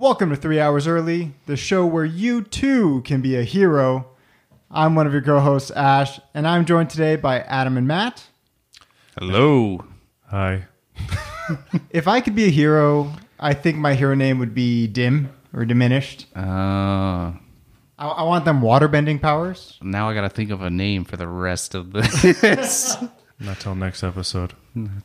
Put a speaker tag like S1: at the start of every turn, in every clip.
S1: Welcome to Three Hours Early, the show where you too can be a hero. I'm one of your co hosts, Ash, and I'm joined today by Adam and Matt.
S2: Hello.
S3: Hi.
S1: If I could be a hero, I think my hero name would be Dim or Diminished.
S2: Uh,
S1: I, I want them waterbending powers.
S2: now I got to think of a name for the rest of this.
S3: Not till next episode.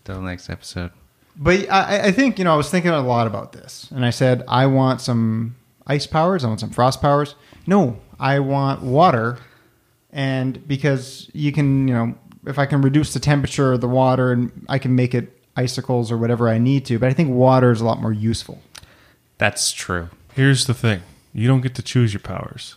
S2: Till next episode.
S1: But I, I- I think, you know, I was thinking a lot about this, and I said, I want some ice powers, I want some frost powers. No, I want water. And because you can, you know, if I can reduce the temperature of the water and I can make it icicles or whatever I need to, but I think water is a lot more useful.
S2: That's true.
S3: Here's the thing: you don't get to choose your powers.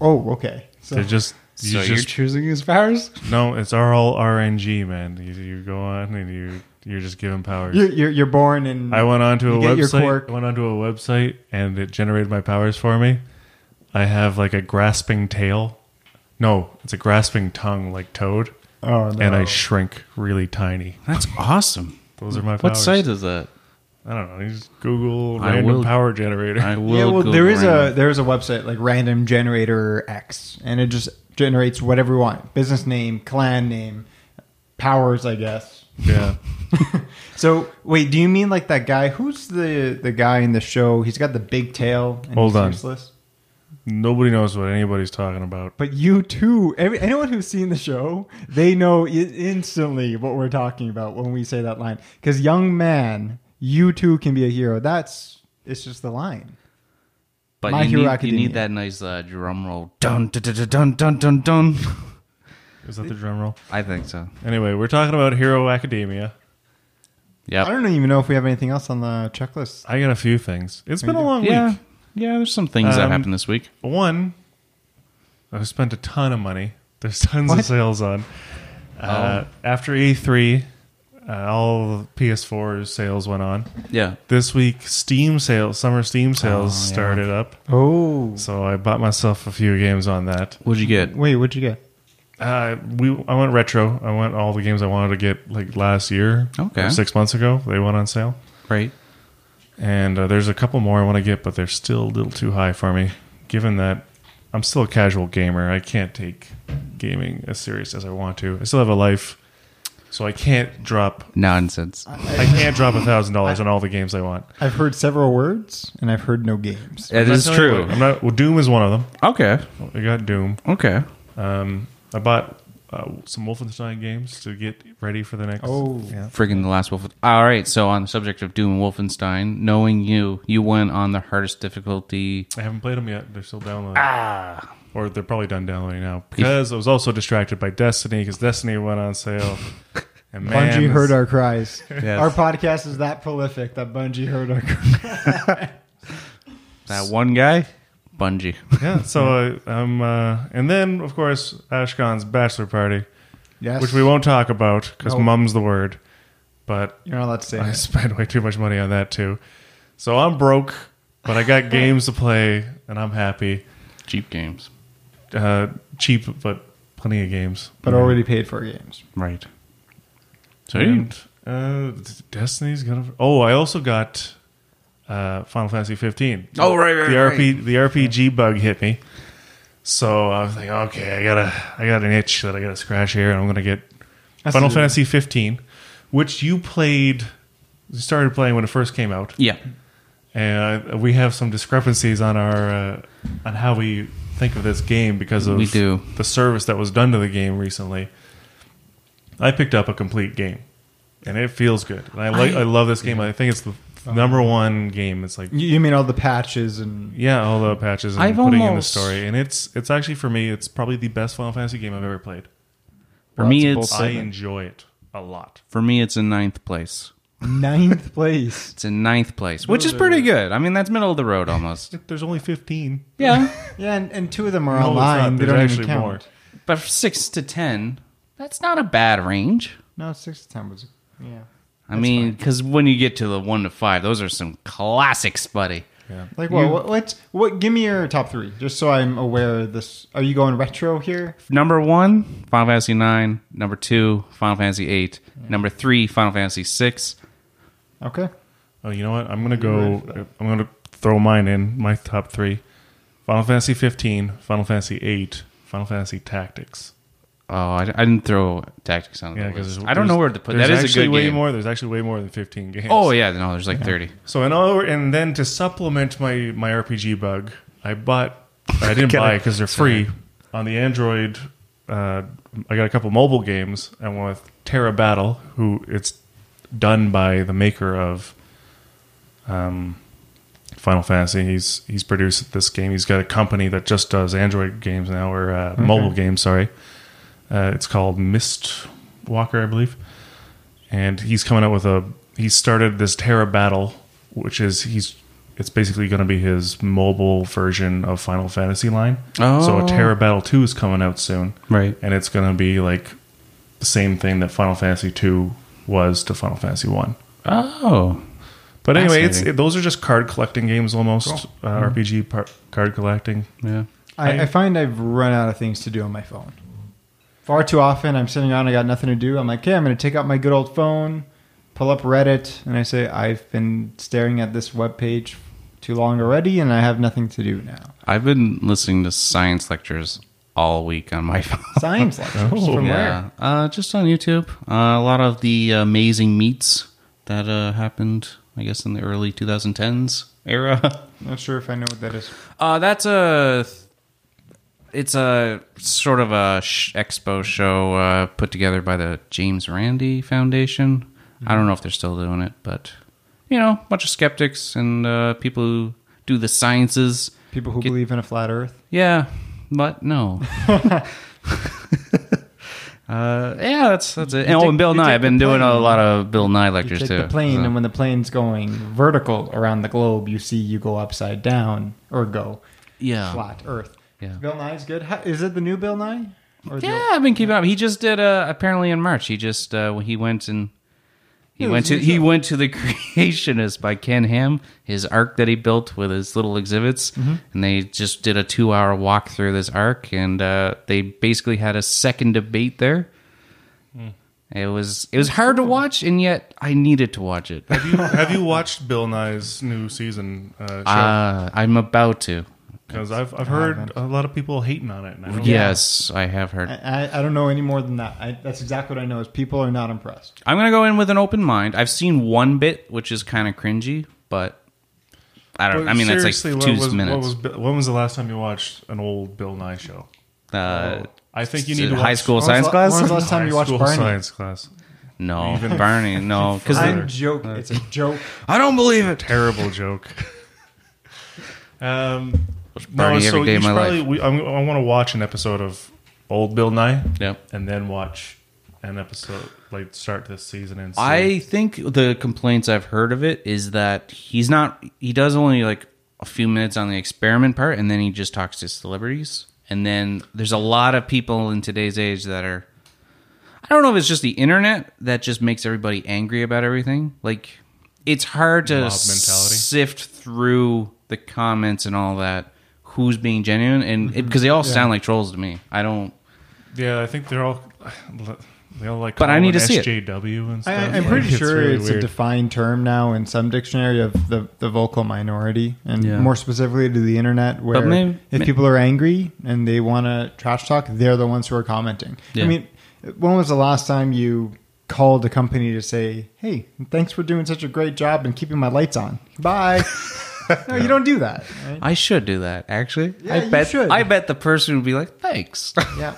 S1: Oh, okay. So
S3: They're just you
S2: so you're
S3: just
S2: choosing his powers?
S3: no. It's all RNG, man. You, you go on and you you're just given powers.
S1: you're, you're, you're born and
S3: I went onto a
S1: You get your quirk.
S3: website. I went onto a website and it generated my powers for me. I have like a grasping tail. No, it's a grasping tongue, like Toad,
S1: Oh, no.
S3: and I shrink really tiny.
S2: That's awesome.
S3: Those are my powers.
S2: What site is that?
S3: I don't know. You just Google
S2: I
S3: random
S2: will-
S3: power generator.
S2: I will.
S1: yeah, well,
S2: Google
S1: there is a
S2: random.
S1: there is a website like Random Generator X, and it just generates whatever you want: business name, clan name, powers, I guess.
S3: yeah.
S1: So, wait, do you mean like that guy? Who's the the guy in the show? He's got the big tail. And
S3: Hold
S1: he's
S3: on.
S1: useless.
S3: Nobody knows what anybody's talking about.
S1: But you too. Every, anyone who's seen the show, they know i instantly what we're talking about when we say that line. Because young man, you too can be a hero. That's it's just the line.
S2: But
S1: My
S2: you,
S1: Hero
S2: need, you
S1: Academia.
S2: need that nice uh, drum roll. Dun dun dun dun dun dun. dun.
S3: Is that the drum roll?
S2: I think so.
S3: Anyway, we're talking about Hero Academia.
S1: I
S2: Yep.
S1: don't even know if we have anything else on the checklist.
S3: I got a few things. It's been a
S1: You do?
S3: long
S2: Yeah.
S3: week.
S2: Yeah. There's some things that
S3: Um,
S2: happened this week.
S3: One, I've spent a ton of money. There's tons
S1: What?
S3: of sales on. Uh,
S2: Oh.
S3: After E3, uh, all PS4 sales went on.
S2: Yeah.
S3: This week, Steam sales, summer Steam sales
S2: Oh, yeah.
S3: started up.
S1: Oh,
S3: So I bought myself a few games on that.
S2: What'd you get?
S1: wait, what'd you get?
S3: Uh, we I went retro. I went all the games I wanted to get like last year,
S2: Okay.
S3: or six months ago. They went on sale.
S2: Right.
S3: And uh, there's a couple more I want to get, but they're still a little too high for me. Given that I'm still a casual gamer, I can't take gaming as serious as I want to. I still have a life, so I can't drop.
S2: Nonsense.
S3: I can't drop a thousand dollars on all the games I want.
S1: I've heard several words and I've heard no games.
S2: It
S3: I'm not
S2: is
S3: telling you
S2: true.
S3: what- I'm not. Well, Doom is one of them. Oh,
S2: Okay.
S3: I got Doom.
S2: Okay.
S3: Um, I bought uh, some Wolfenstein games to get ready for the next.
S1: Oh.
S3: yeah.
S2: Friggin' the last Wolf. All right. So on the subject of Doom and Wolfenstein, knowing you, you went on the hardest difficulty.
S3: I haven't played them yet. They're still downloading. Ah. Or they're probably done downloading now because I was also distracted by Destiny because Destiny went on sale. And man,
S1: Bungie
S3: this-
S1: heard our cries.
S2: Yes.
S1: Our podcast is that prolific that Bungie heard our cries.
S2: That one guy, Bungie.
S3: yeah. So I, I'm, uh, and then of course Ashkan's bachelor party,
S1: Yes.
S3: which we won't talk about because
S1: No.
S3: mum's the word. But
S1: You're not allowed to say
S3: I
S1: it.
S3: spent way too much money on that too, so I'm broke. But I got games to play, and I'm happy.
S2: Cheap games.
S3: Uh, cheap, but plenty of games.
S1: But already paid for games.
S2: Right. So you,
S3: And uh, Destiny's gonna. Oh, I also got uh, Final Fantasy 15.
S2: Oh, right, right,
S3: the
S2: right.
S3: RP, the RPG bug hit me, so I was like, okay, I gotta, I got an itch that I gotta scratch here, and I'm gonna get Final
S1: Absolutely.
S3: Fantasy 15, which you played, you started playing when it first came out,
S2: yeah.
S3: and uh, we have some discrepancies on our, uh, on how we think of this game because of
S2: We do.
S3: the service that was done to the game recently. I picked up a complete game, and it feels good. And I like, I, Oh. love this game. I think it's the number one game. It's like
S1: You, you mean all the patches and
S3: yeah, all the patches and
S2: I've
S3: putting in the
S2: almost-
S3: story, and it's it's actually for me, it's probably the best Final Fantasy game I've ever played.
S2: For
S1: Well,
S2: me,
S1: that's
S2: it's
S3: I enjoy it a lot.
S2: for me, it's in ninth place.
S1: ninth place?
S2: It's in ninth place, which is pretty good. I mean, that's middle of the road almost.
S3: There's only 15.
S2: yeah.
S1: Yeah, and, and two of them are
S3: No, it's
S1: online.
S3: not.
S1: They
S3: There's
S1: don't even
S3: actually
S1: count.
S3: more.
S2: But from six to ten, that's not a bad range.
S1: No, six to ten was. Yeah.
S2: I mean, because when you get to the one to five, those are some classics, buddy.
S1: Like what? what? What? What? Give me your top three, just so I'm aware. of This. Are you going retro here?
S2: Number one, Final Fantasy nine. Number two, Final Fantasy eight. Number three, Final Fantasy six.
S1: Okay.
S3: Oh, you know what? I'm gonna go. I'm gonna throw mine in my top three: Final Fantasy 15, Final Fantasy 8, Final Fantasy Tactics.
S2: Oh, I, I didn't throw tactics on
S3: Yeah,
S2: the
S3: because
S2: list. I don't know where to put. That
S3: there's
S2: is a
S3: actually
S2: good
S3: way
S2: game.
S3: more. There's actually way more than 15 games.
S2: oh yeah, no, there's like thirty.
S3: So in other, and then to supplement my my RPG bug, I bought. I didn't
S1: Got
S3: buy
S1: it.
S3: because they're free on the Android. Uh, I got a couple mobile games, and one with Terra Battle, who it's done by the maker of um, Final Fantasy. He's he's produced this game. He's got a company that just does Android games now or uh, mobile games. Sorry, uh, it's called Mist Walker, I believe. And he's coming out with a. He started this Terra Battle, which is he's. It's basically going to be his mobile version of Final Fantasy line. So
S2: Oh.
S3: a Terra Battle Two is coming out soon,
S2: Right.
S3: And it's going to be like the same thing that Final Fantasy Two was to Final Fantasy One.
S2: Oh,
S3: But anyway, it's
S2: Fascinating. Mm-hmm.
S3: it, those are just card collecting games almost uh, RPG par- card collecting.
S2: yeah.
S1: I, I find I've run out of things to do on my phone. Far too often, I'm sitting around, I got nothing to do. I'm like, hey, I'm going to take out my good old phone, pull up Reddit, and I say, I've been staring at this web page too long already, and I have nothing to do now.
S2: I've been listening to science lectures all week on my phone.
S1: Science lectures
S3: Oh,
S1: from
S2: yeah,
S1: where?
S2: Uh, just on YouTube. Uh, a lot of the amazing meets that uh, happened, I guess, in the early 2010s era.
S1: Not sure if I know what that is.
S2: Uh, that's a. It's a sort of a sh- expo show uh, put together by the James Randi Foundation. I don't know if they're still doing it, but you know, a bunch of skeptics and uh, people who do the sciences.
S1: People who
S2: Get-
S1: believe in a flat Earth.
S2: Yeah, but no. uh, yeah, that's that's it. And, oh,
S1: take-
S2: and Bill
S1: you
S2: Nye.
S1: take
S2: I've been
S1: the
S2: doing a
S1: plane.
S2: lot of Bill Nye
S1: You
S2: lectures
S1: take
S2: too.
S1: the plane,
S2: so-
S1: and when the plane's going vertical around the globe, you see you go upside down or go
S2: yeah,
S1: flat Earth.
S2: Yeah.
S1: Bill Nye's good. How, is it the new Bill Nye? Or the old-
S2: Yeah, I've been keeping up. He just did uh, apparently in March. He just uh, when he went and he
S1: Yeah, it
S2: went
S1: was
S2: to
S1: a
S2: he
S1: show.
S2: went to the Creationist by Ken Ham, his ark that he built with his little exhibits,
S1: Mm-hmm.
S2: and they just did a two hour walk through this ark, and uh, they basically had a second debate there.
S1: Hmm.
S2: It was it was hard to watch, and yet I needed to watch it.
S3: Have you have you watched Bill Nye's new season uh, show?
S2: Uh, I'm about to.
S3: Because I've I've heard a lot of people hating on it. Now.
S2: Yes, I have heard.
S1: I, I- I don't know any more than that. I, that's exactly what I know is people are not impressed.
S2: I'm gonna go in with an open mind. I've seen one bit, which is kind of cringy, but I don't. I mean, that's like
S3: Seriously,
S2: two
S3: what was, What
S2: minutes.
S3: was, Bi- when was the last time you watched an old Bill Nye show?
S2: uh,
S3: I think you
S2: s-
S3: need to
S2: high
S3: watch-
S2: school
S3: When was
S2: science
S1: la-
S2: class.
S1: when was last time you watched
S3: school
S1: Barney?
S3: science class.
S2: no, Barney. No, because
S1: I'm joking. It's a joke.
S2: I don't believe it.
S3: Terrible joke. um,
S2: Barney every day
S3: you
S2: of
S3: should
S2: my
S3: probably,
S2: life.
S3: We, I'm, I want to watch an episode of old Bill Nye.
S2: Yep.
S3: and then watch an episode like start this season and see.
S2: I think the complaints I've heard of it is that he's not. He does only like a few minutes on the experiment part, and then he just talks to celebrities. And then there's a lot of people in today's age that are. I don't know if it's just the internet that just makes everybody angry about everything. Like, it's hard to
S3: Mob mentality.
S2: sift through the comments and all that. Who's being genuine? And
S1: Mm-hmm.
S2: because they all sound like trolls to me. I don't.
S3: yeah, I think they're all they all like.
S2: But I
S3: call
S2: need
S3: it
S2: to see it.
S3: SJW and
S1: I,
S3: stuff.
S1: I- I'm
S3: Like,
S1: pretty sure
S3: really
S1: it's a
S3: weird.
S1: defined term now in some dictionary of the, the vocal minority, and
S2: Yeah.
S1: more specifically to the internet, where
S2: may-
S1: if
S2: may-
S1: people are angry and they want to trash talk, they're the ones who are commenting.
S2: Yeah.
S1: I mean, when was the last time you called a company to say, "Hey, thanks for doing such a great job and keeping my lights on. Bye." no, you don't do that. right?
S2: I should do that. Actually,
S1: Yeah,
S2: I
S1: you
S2: bet.
S1: should.
S2: I bet the person would be like, "Thanks."
S1: Yeah.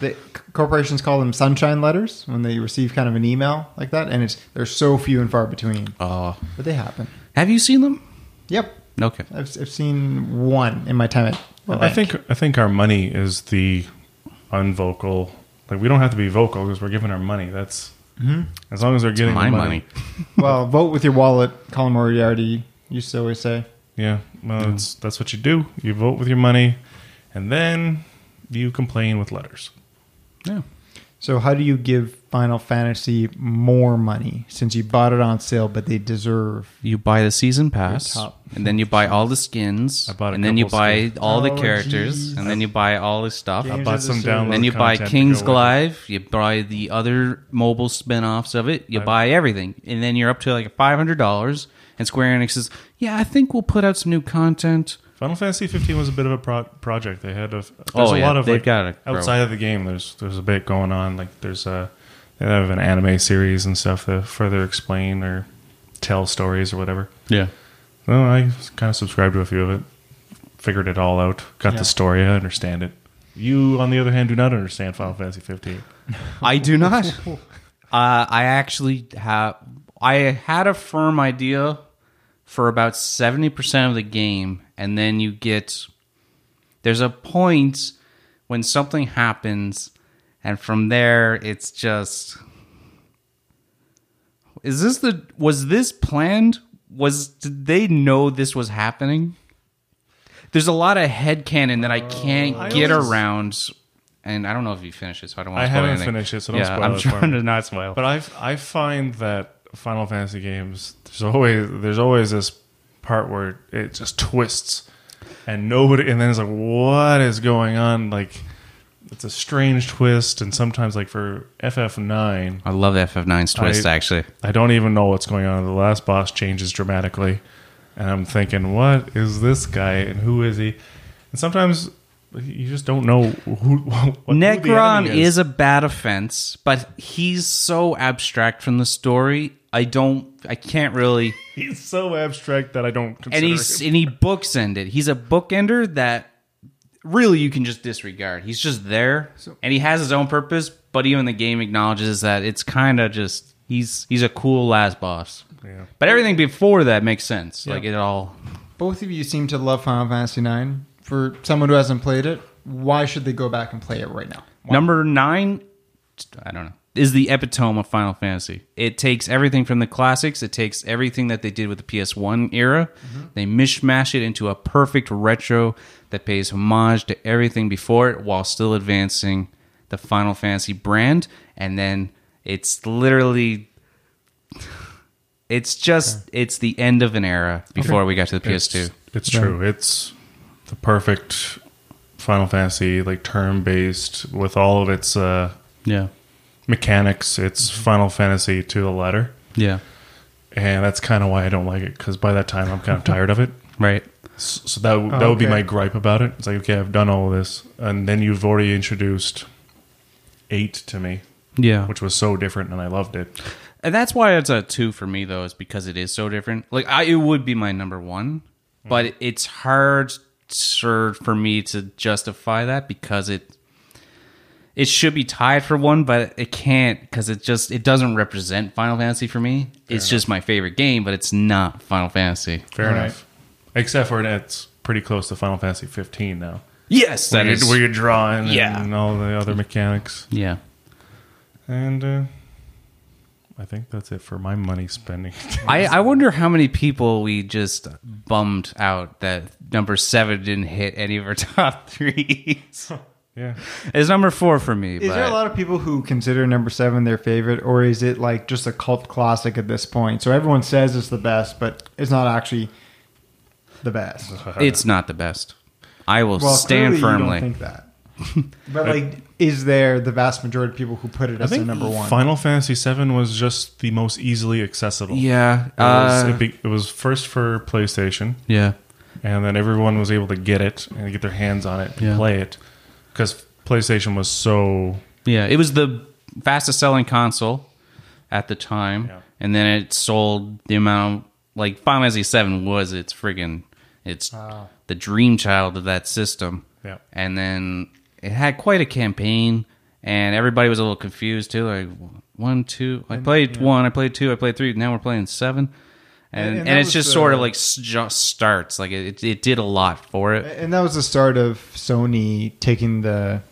S1: The c- corporations call them sunshine letters when they receive kind of an email like that, and it's they're so few and far between,
S2: Oh,
S1: but they happen.
S2: have you seen them?
S1: Yep,
S2: Okay.
S1: I've, I've seen one in my time at.
S3: Well, I think I think our money is the unvocal. Like we don't have to be vocal because we're giving our money. That's as long as they're getting
S2: My
S3: the
S2: money.
S1: Well, vote with your wallet. Colin Moriarty used to always say.
S3: Yeah, well, That's, that's what you do. You vote with your money, and then you complain with letters.
S2: Yeah.
S1: So, how do you give Final Fantasy more money since you bought it on sale, but they deserve?
S2: You buy the season pass,
S1: top.
S2: and then you buy all the skins,
S3: I bought a
S2: and then you
S3: couple
S2: buy
S3: skins.
S2: all the
S1: Oh,
S2: characters,
S1: geez.
S2: and then you buy all the stuff.
S1: Games
S3: bought
S1: as a
S3: some
S1: service.
S3: download
S2: And then you buy
S3: content to
S2: King's
S3: go with it.
S2: Glaive, you buy the other mobile spin offs of it, you buy everything. And then you're up to like $500, And Square Enix is, yeah, I think we'll put out some new content.
S3: Final Fantasy 15 was a bit of a pro- project. They had a there's
S2: Oh,
S3: a
S2: yeah,
S3: lot of
S2: they've
S3: like,
S2: gotta grow.
S3: outside of the game. There's there's a bit going on. Like there's a they have an anime series and stuff that further explain or tell stories or whatever.
S2: Yeah.
S3: Well, I kind of subscribed to a few of it. Figured it all out. Got
S1: Yeah.
S3: the story. I understand it. You, on the other hand, do not understand Final Fantasy 15.
S2: I do not. uh, I actually have. I had a firm idea for about seventy percent of the game, and then you get. There's a point when something happens, and from there it's just. Is this the? Was this planned? Was did they know this was happening? There's a lot of headcanon that I can't
S3: Uh, I
S2: get
S3: always-
S2: around, and I don't know if you finish it, so I don't want.
S3: I
S2: spoil
S3: haven't
S2: anything.
S3: finished it, so don't
S2: yeah,
S3: spoil
S2: I'm
S3: it for
S2: trying
S3: me.
S2: to not spoil.
S3: But I I find that Final Fantasy games there's always there's always this part where it just twists and nobody and then it's like what is going on like it's a strange twist and sometimes like for FF9
S2: I love FF9's twist.
S3: I-
S2: actually,
S3: I don't even know what's going on the last boss changes dramatically and I'm thinking what is this guy and who is he and sometimes you just don't know who what, who the
S2: Necron
S3: enemy
S2: is. a bad offense, but he's so abstract from the story. I don't. I can't really.
S3: he's so abstract that I don't consider
S2: and
S3: him.
S2: he's and he bookends it. He's a bookender that really you can just disregard. He's just there, and he has his own purpose. But even the game acknowledges that it's kind of just he's he's a cool last boss.
S3: Yeah.
S2: But everything before that makes sense. Like it all.
S1: Both of you seem to love Final Fantasy IX. For someone who hasn't played it, why should they go back and play it right now?
S2: Number nine, I don't know, is the epitome of Final Fantasy. It takes everything from the classics, it takes everything that they did with the PS1 era, they mishmash it into a perfect retro that pays homage to everything before it while still advancing the Final Fantasy brand. And then it's literally. It's just it's the end of an era before we got to the PS2.
S3: It's, it's true. It's the perfect Final Fantasy, like turn based with all of its uh,
S2: yeah.
S3: mechanics. It's Final Fantasy to the letter,
S2: Yeah.
S3: and that's kind of why I don't like it because by that time I'm kind of tired of it.
S2: Right.
S3: S- So that w- that would be
S1: Okay.
S3: my gripe about it. It's like okay, I've done all of this, and then you've already introduced eight to me,
S2: Yeah.
S3: which was so different, and I loved it.
S2: And that's why it's a two for me though, is because it is so different. Like I, it would be my number one, but it's hard sir, for me to justify that because it it should be tied for one, but it can't because it just it doesn't represent Final Fantasy for me. it's just my favorite game, but it's not Final Fantasy.
S3: Fair
S1: All right.
S3: enough. Except for it's pretty close to Final Fantasy 15 now.
S2: Yes,
S3: Where
S2: that
S3: you're,
S2: is.
S3: where you're drawing
S2: Yeah.
S3: and all the other mechanics.
S2: yeah.
S3: And uh, I think that's it for my money spending.
S2: I, I wonder how many people we just bummed out that number seven didn't hit any of our top threes.
S3: yeah.
S2: it's number four for me.
S1: Is
S2: but
S1: there a lot of people who consider number seven their favorite, or is it like just a cult classic at this point? So everyone says it's the best, but it's not actually the best.
S2: It's not the best. I will
S1: Well,
S2: stand
S1: clearly
S2: firmly.
S1: You don't think that. but like, is there the vast majority of people who put it
S3: I
S1: as their
S3: think
S1: number one?
S3: Final Fantasy VII was just the most easily accessible.
S2: yeah.
S3: It was,
S2: uh,
S3: it, be, it was first for PlayStation,
S2: yeah.
S3: and then everyone was able to get it and get their hands on it and
S2: Yeah.
S3: play it because PlayStation was so.
S2: Yeah. It was the fastest selling console at the time.
S3: Yeah.
S2: And then it sold the amount like Final Fantasy Seven was its friggin' it's
S1: Wow.
S2: the dream child of that system.
S3: Yeah.
S2: And then it had quite a campaign and everybody was a little confused too. Like one, two I played one, I played two, I played three, now we're playing seven. And,
S1: And-
S2: and,
S1: and that
S2: it's just
S1: was,
S2: sort of
S1: uh,
S2: like s- just starts like it, it did a lot for it
S1: And that was the start of Sony taking the,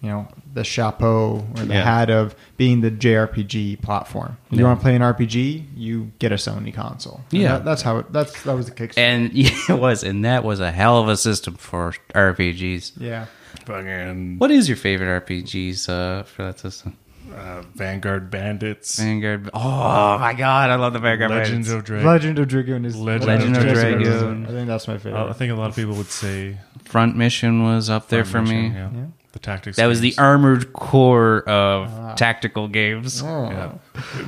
S1: you know, the chapeau or the
S2: Yeah.
S1: hat of being the JRPG platform. You
S2: Yeah.
S1: want to play an RPG, you get a Sony console. And
S2: Yeah.
S1: that- that's how it. That's that was the kickstart.
S2: and yeah, it was and that was a hell of a system for rpgs
S1: yeah,
S3: Fucking
S2: what is your favorite rpgs uh, for that system
S3: uh, Vanguard Bandits,
S2: vanguard oh my god i love the vanguard
S3: Legends
S2: Bandits.
S3: of Dragon.
S1: Legend of Dragoon is
S3: Legend Oh,
S2: Legend of of Dragoon. Dragoon.
S1: I think that's my favorite.
S3: I think a lot of people would say
S2: front mission was up there for me
S3: Yeah.
S1: Yeah.
S3: The tactics.
S2: that was the
S3: games.
S2: armored
S3: Ah.
S2: core of tactical games
S1: Oh.
S3: Yeah.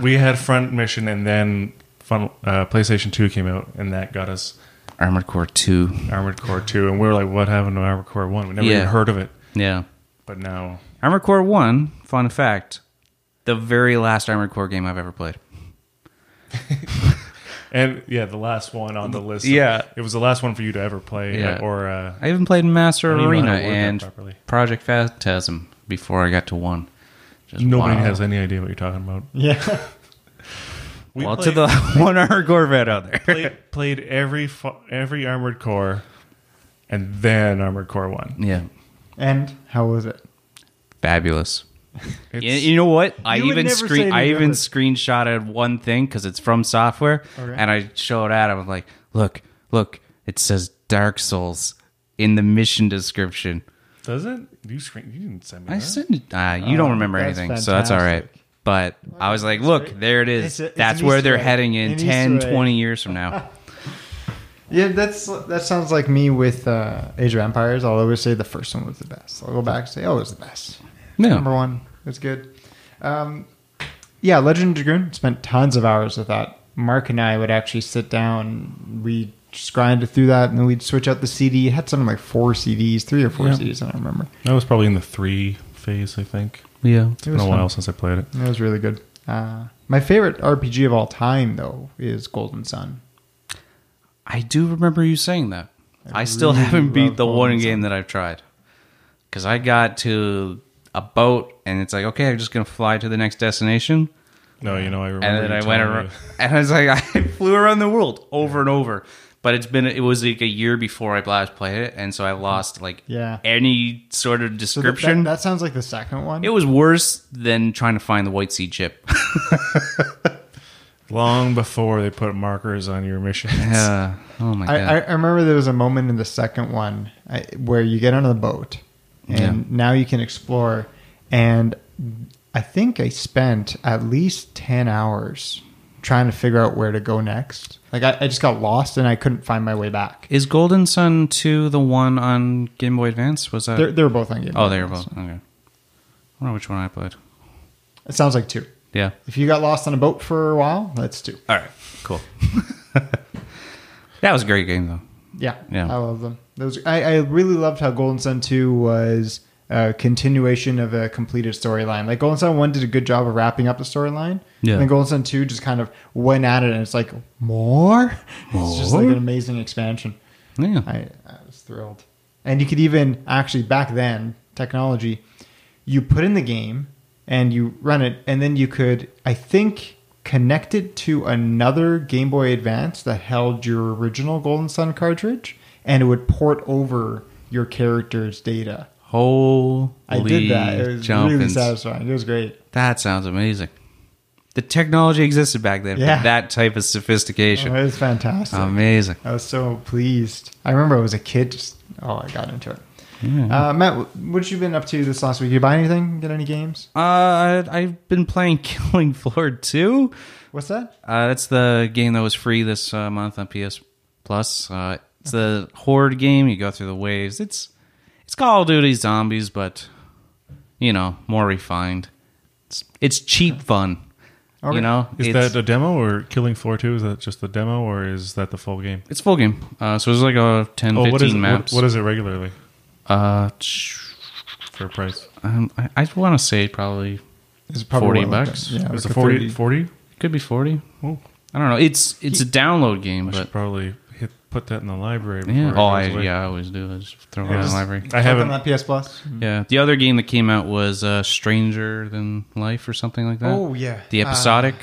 S3: We had front mission and then Final, uh, PlayStation 2 came out, and that got us
S2: Armored Core 2.
S3: Armored Core 2. And we were like, what happened to Armored Core 1? We never
S2: Yeah.
S3: even heard of it.
S2: Yeah.
S3: But now,
S2: Armored Core 1, fun fact, the very last Armored Core game I've ever played.
S3: and yeah, the last one on the list.
S2: Yeah.
S3: It was the last one for you to ever play.
S2: Yeah.
S3: Or, uh,
S2: I even played Master
S3: I don't even
S2: Arena
S3: know how to word that
S2: and
S3: properly.
S2: Project Phantasm before I got to 1. Just
S3: Nobody
S2: wow.
S3: has any idea what you're talking about.
S1: Yeah.
S3: We
S2: well, to
S3: played-
S2: the one Armored Core vet out there.
S3: played, played every fu- every Armored Core, and then Armored Core One.
S2: Yeah.
S1: and how was it?
S2: Fabulous.
S3: It's,
S2: You, you know what? I
S1: You would
S2: even
S1: never say
S2: screen
S1: any
S2: I even
S1: different.
S2: screenshotted one thing because it's from software,
S1: Okay.
S2: and I showed out. I was like, "Look, look! It says Dark Souls in the mission description."
S3: does it? You screen? You didn't send me.
S2: I
S3: that.
S2: said, uh, "You don't
S1: Oh,
S2: remember
S1: that's
S2: anything, so that's all right."
S1: fantastic.
S2: But I was like, "Look,
S1: great.
S2: there it is.
S1: It's a- it's
S2: that's
S1: an
S2: where
S1: Easter
S2: they're
S1: egg.
S2: heading in
S1: An
S2: 10,
S1: Easter egg.
S2: 20 years from now."
S1: Yeah, that's that sounds like me with uh, Age of Empires. I'll always say the first one was the best. I'll go back and say, oh, it was the best.
S2: Yeah.
S1: Number one, it's good. Um, yeah, Legend of Dragoon spent tons of hours with that. Mark and I would actually sit down. We just grinded through that, and then we'd switch out the CD. It had something like four CDs, three or four
S3: Yeah.
S1: CDs. I don't remember.
S3: That was probably in the three phase. I think.
S2: Yeah.
S3: It's been a
S1: was
S3: while
S1: fun.
S3: since I played it.
S1: That was really good. Uh, my favorite RPG of all time, though, is Golden Sun.
S2: I do remember you saying that. I,
S1: I
S2: still
S1: really
S2: haven't beat
S1: love
S2: the
S1: Golden
S2: one
S1: Sun.
S2: game that I've tried. Because I got to a boat and it's like, okay, I'm just going to fly to the next destination.
S3: No, you know I remember.
S2: And then
S3: you
S2: I went
S3: telling
S2: around,
S3: me-
S2: and I was like, I flew around the world over and over. But it's been, it was like a year before I last played it. And so I lost like
S1: Mm-hmm. Yeah.
S2: any sort of
S1: So that-
S2: description.
S1: that, that sounds like the second one.
S2: it was worse than trying to find the White Sea chip.
S3: long before they put markers on your missions.
S2: Uh, oh my
S1: I,
S2: God.
S1: I, I remember there was a moment in the second one I, where you get on the boat and
S2: Yeah.
S1: now you can explore. And I think I spent at least 10 hours trying to figure out where to go next. Like, I, I just got lost and I couldn't find my way back.
S2: Is Golden Sun 2 the one on Game Boy Advance? Was that?
S1: They're, they were both on Game
S2: Oh,
S1: Boy
S2: they were
S1: Advance.
S2: both. Okay. I wonder which one I played.
S1: It sounds like two.
S2: Yeah.
S1: If you got lost on a boat for a while, that's two.
S2: All right. Cool. that was a great game, though.
S1: Yeah,
S2: Yeah.
S1: I love them. Those I, I really loved how Golden Sun Two was a continuation of a completed storyline. Like Golden Sun One did a good job of wrapping up the storyline.
S2: Yeah.
S1: And then Golden Sun Two just kind of went at it, and it's like more. It's just like
S2: More?
S1: an amazing expansion.
S2: Yeah.
S1: I, I was thrilled, and you could even actually back then technology, you put in the game and you run it, and then you could I think connect it to another Game Boy Advance that held your original Golden Sun cartridge, and it would port over your character's data.
S2: Holy
S1: I did that. It was really
S2: jumpins.
S1: satisfying. It was great.
S2: That sounds amazing. The technology existed back then
S1: Yeah.
S2: for that type of
S1: Oh,
S2: sophistication.
S1: it was fantastic.
S2: Amazing.
S1: I was so pleased. I remember I was a kid. Just oh, I got into it. Uh, Matt, what you been up to this last week? You buy anything? Get any games?
S2: Uh, I've been playing Killing Floor 2.
S1: What's that?
S2: Uh, that's the game that was free this uh, month on PS Plus. Uh, it's the horde game. You go through the waves. It's it's Call of Duty Zombies, but you know more refined. It's it's cheap fun.
S1: Okay.
S2: You know,
S3: Is
S2: it's,
S3: that a demo or Killing Floor Two? Is that just the demo or is that the full game?
S2: it's full game. Uh, so it's like a 10,
S3: Oh,
S2: 15
S3: what is it, what,
S2: maps.
S3: what is it regularly
S2: uh, sh-
S3: for a price?
S2: um, I, I want to say probably
S1: It's
S2: 40
S1: what I looked
S2: bucks?
S1: at. Yeah,
S3: Is
S1: like
S3: it
S1: a
S3: 40,
S1: 40.
S3: 40?
S2: could be forty.
S3: Oh,
S2: I don't know. It's it's a download game,
S3: I
S2: but
S3: should probably hit, put that in the library.
S2: yeah.
S3: before
S2: Oh, I,
S3: it goes away.
S2: yeah, I always do. I just throw it
S3: Yeah,
S2: in the
S3: just-
S2: library.
S3: I
S1: haven't
S3: haven't.
S1: on PS Plus.
S2: Yeah. The other game that came out was uh, Stranger Than Life or something like that.
S1: Oh yeah,
S2: The episodic.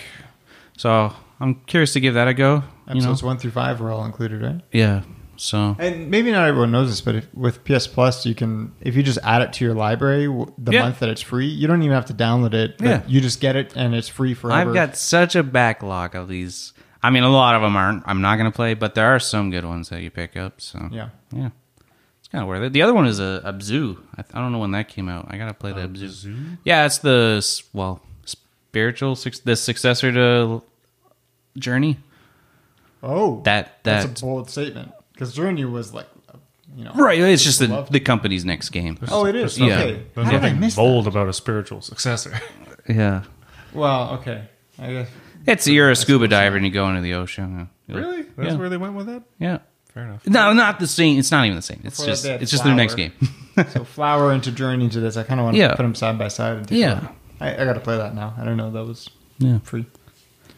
S2: so I'm curious to give that a go.
S1: Uh,
S2: You know?
S1: episodes one through five were all included, right?
S2: Yeah. So
S1: And maybe not everyone knows this, but if, with PS Plus, you can if you just add it to your library w- the
S2: Yeah.
S1: month that it's free, you don't even have to download it. but
S2: Yeah.
S1: you just get it and it's free forever.
S2: I've got such a backlog of these. I mean, a lot of them aren't. I'm not going to play, but there are some good ones that you pick up. So
S1: yeah.
S2: yeah. It's kind of worth it. The other one is a Abzu. I, I don't know when that came out. I gotta play the Abzu. Yeah, it's the s- well spiritual, suc- the successor to Journey.
S1: Oh,
S2: That that
S1: that's a bold statement because Journey was like, uh, you know,
S2: Right, it's just the,
S1: loved-
S2: the company's next game.
S1: Oh, it is.
S3: There's
S2: Yeah.
S1: Okay,
S3: There's
S1: how did I
S3: nothing
S1: miss?
S3: bold about a spiritual successor.
S2: Yeah.
S1: That? Well, okay, I guess
S2: It's you're a scuba diver and you go into the ocean. yeah.
S3: Really? That's
S2: Yeah.
S3: where they went with that?
S2: Yeah.
S3: Fair enough.
S2: No, not the same. It's not even the same. It's
S1: Before
S2: just
S1: that,
S2: it's just their next
S1: Flower.
S2: game.
S1: so flower into journey into this. I kind of want to
S2: Yeah.
S1: put them side by side. And take a
S2: Yeah.
S1: look. I, I got to play that now. I don't know. That was
S2: Yeah.
S1: free.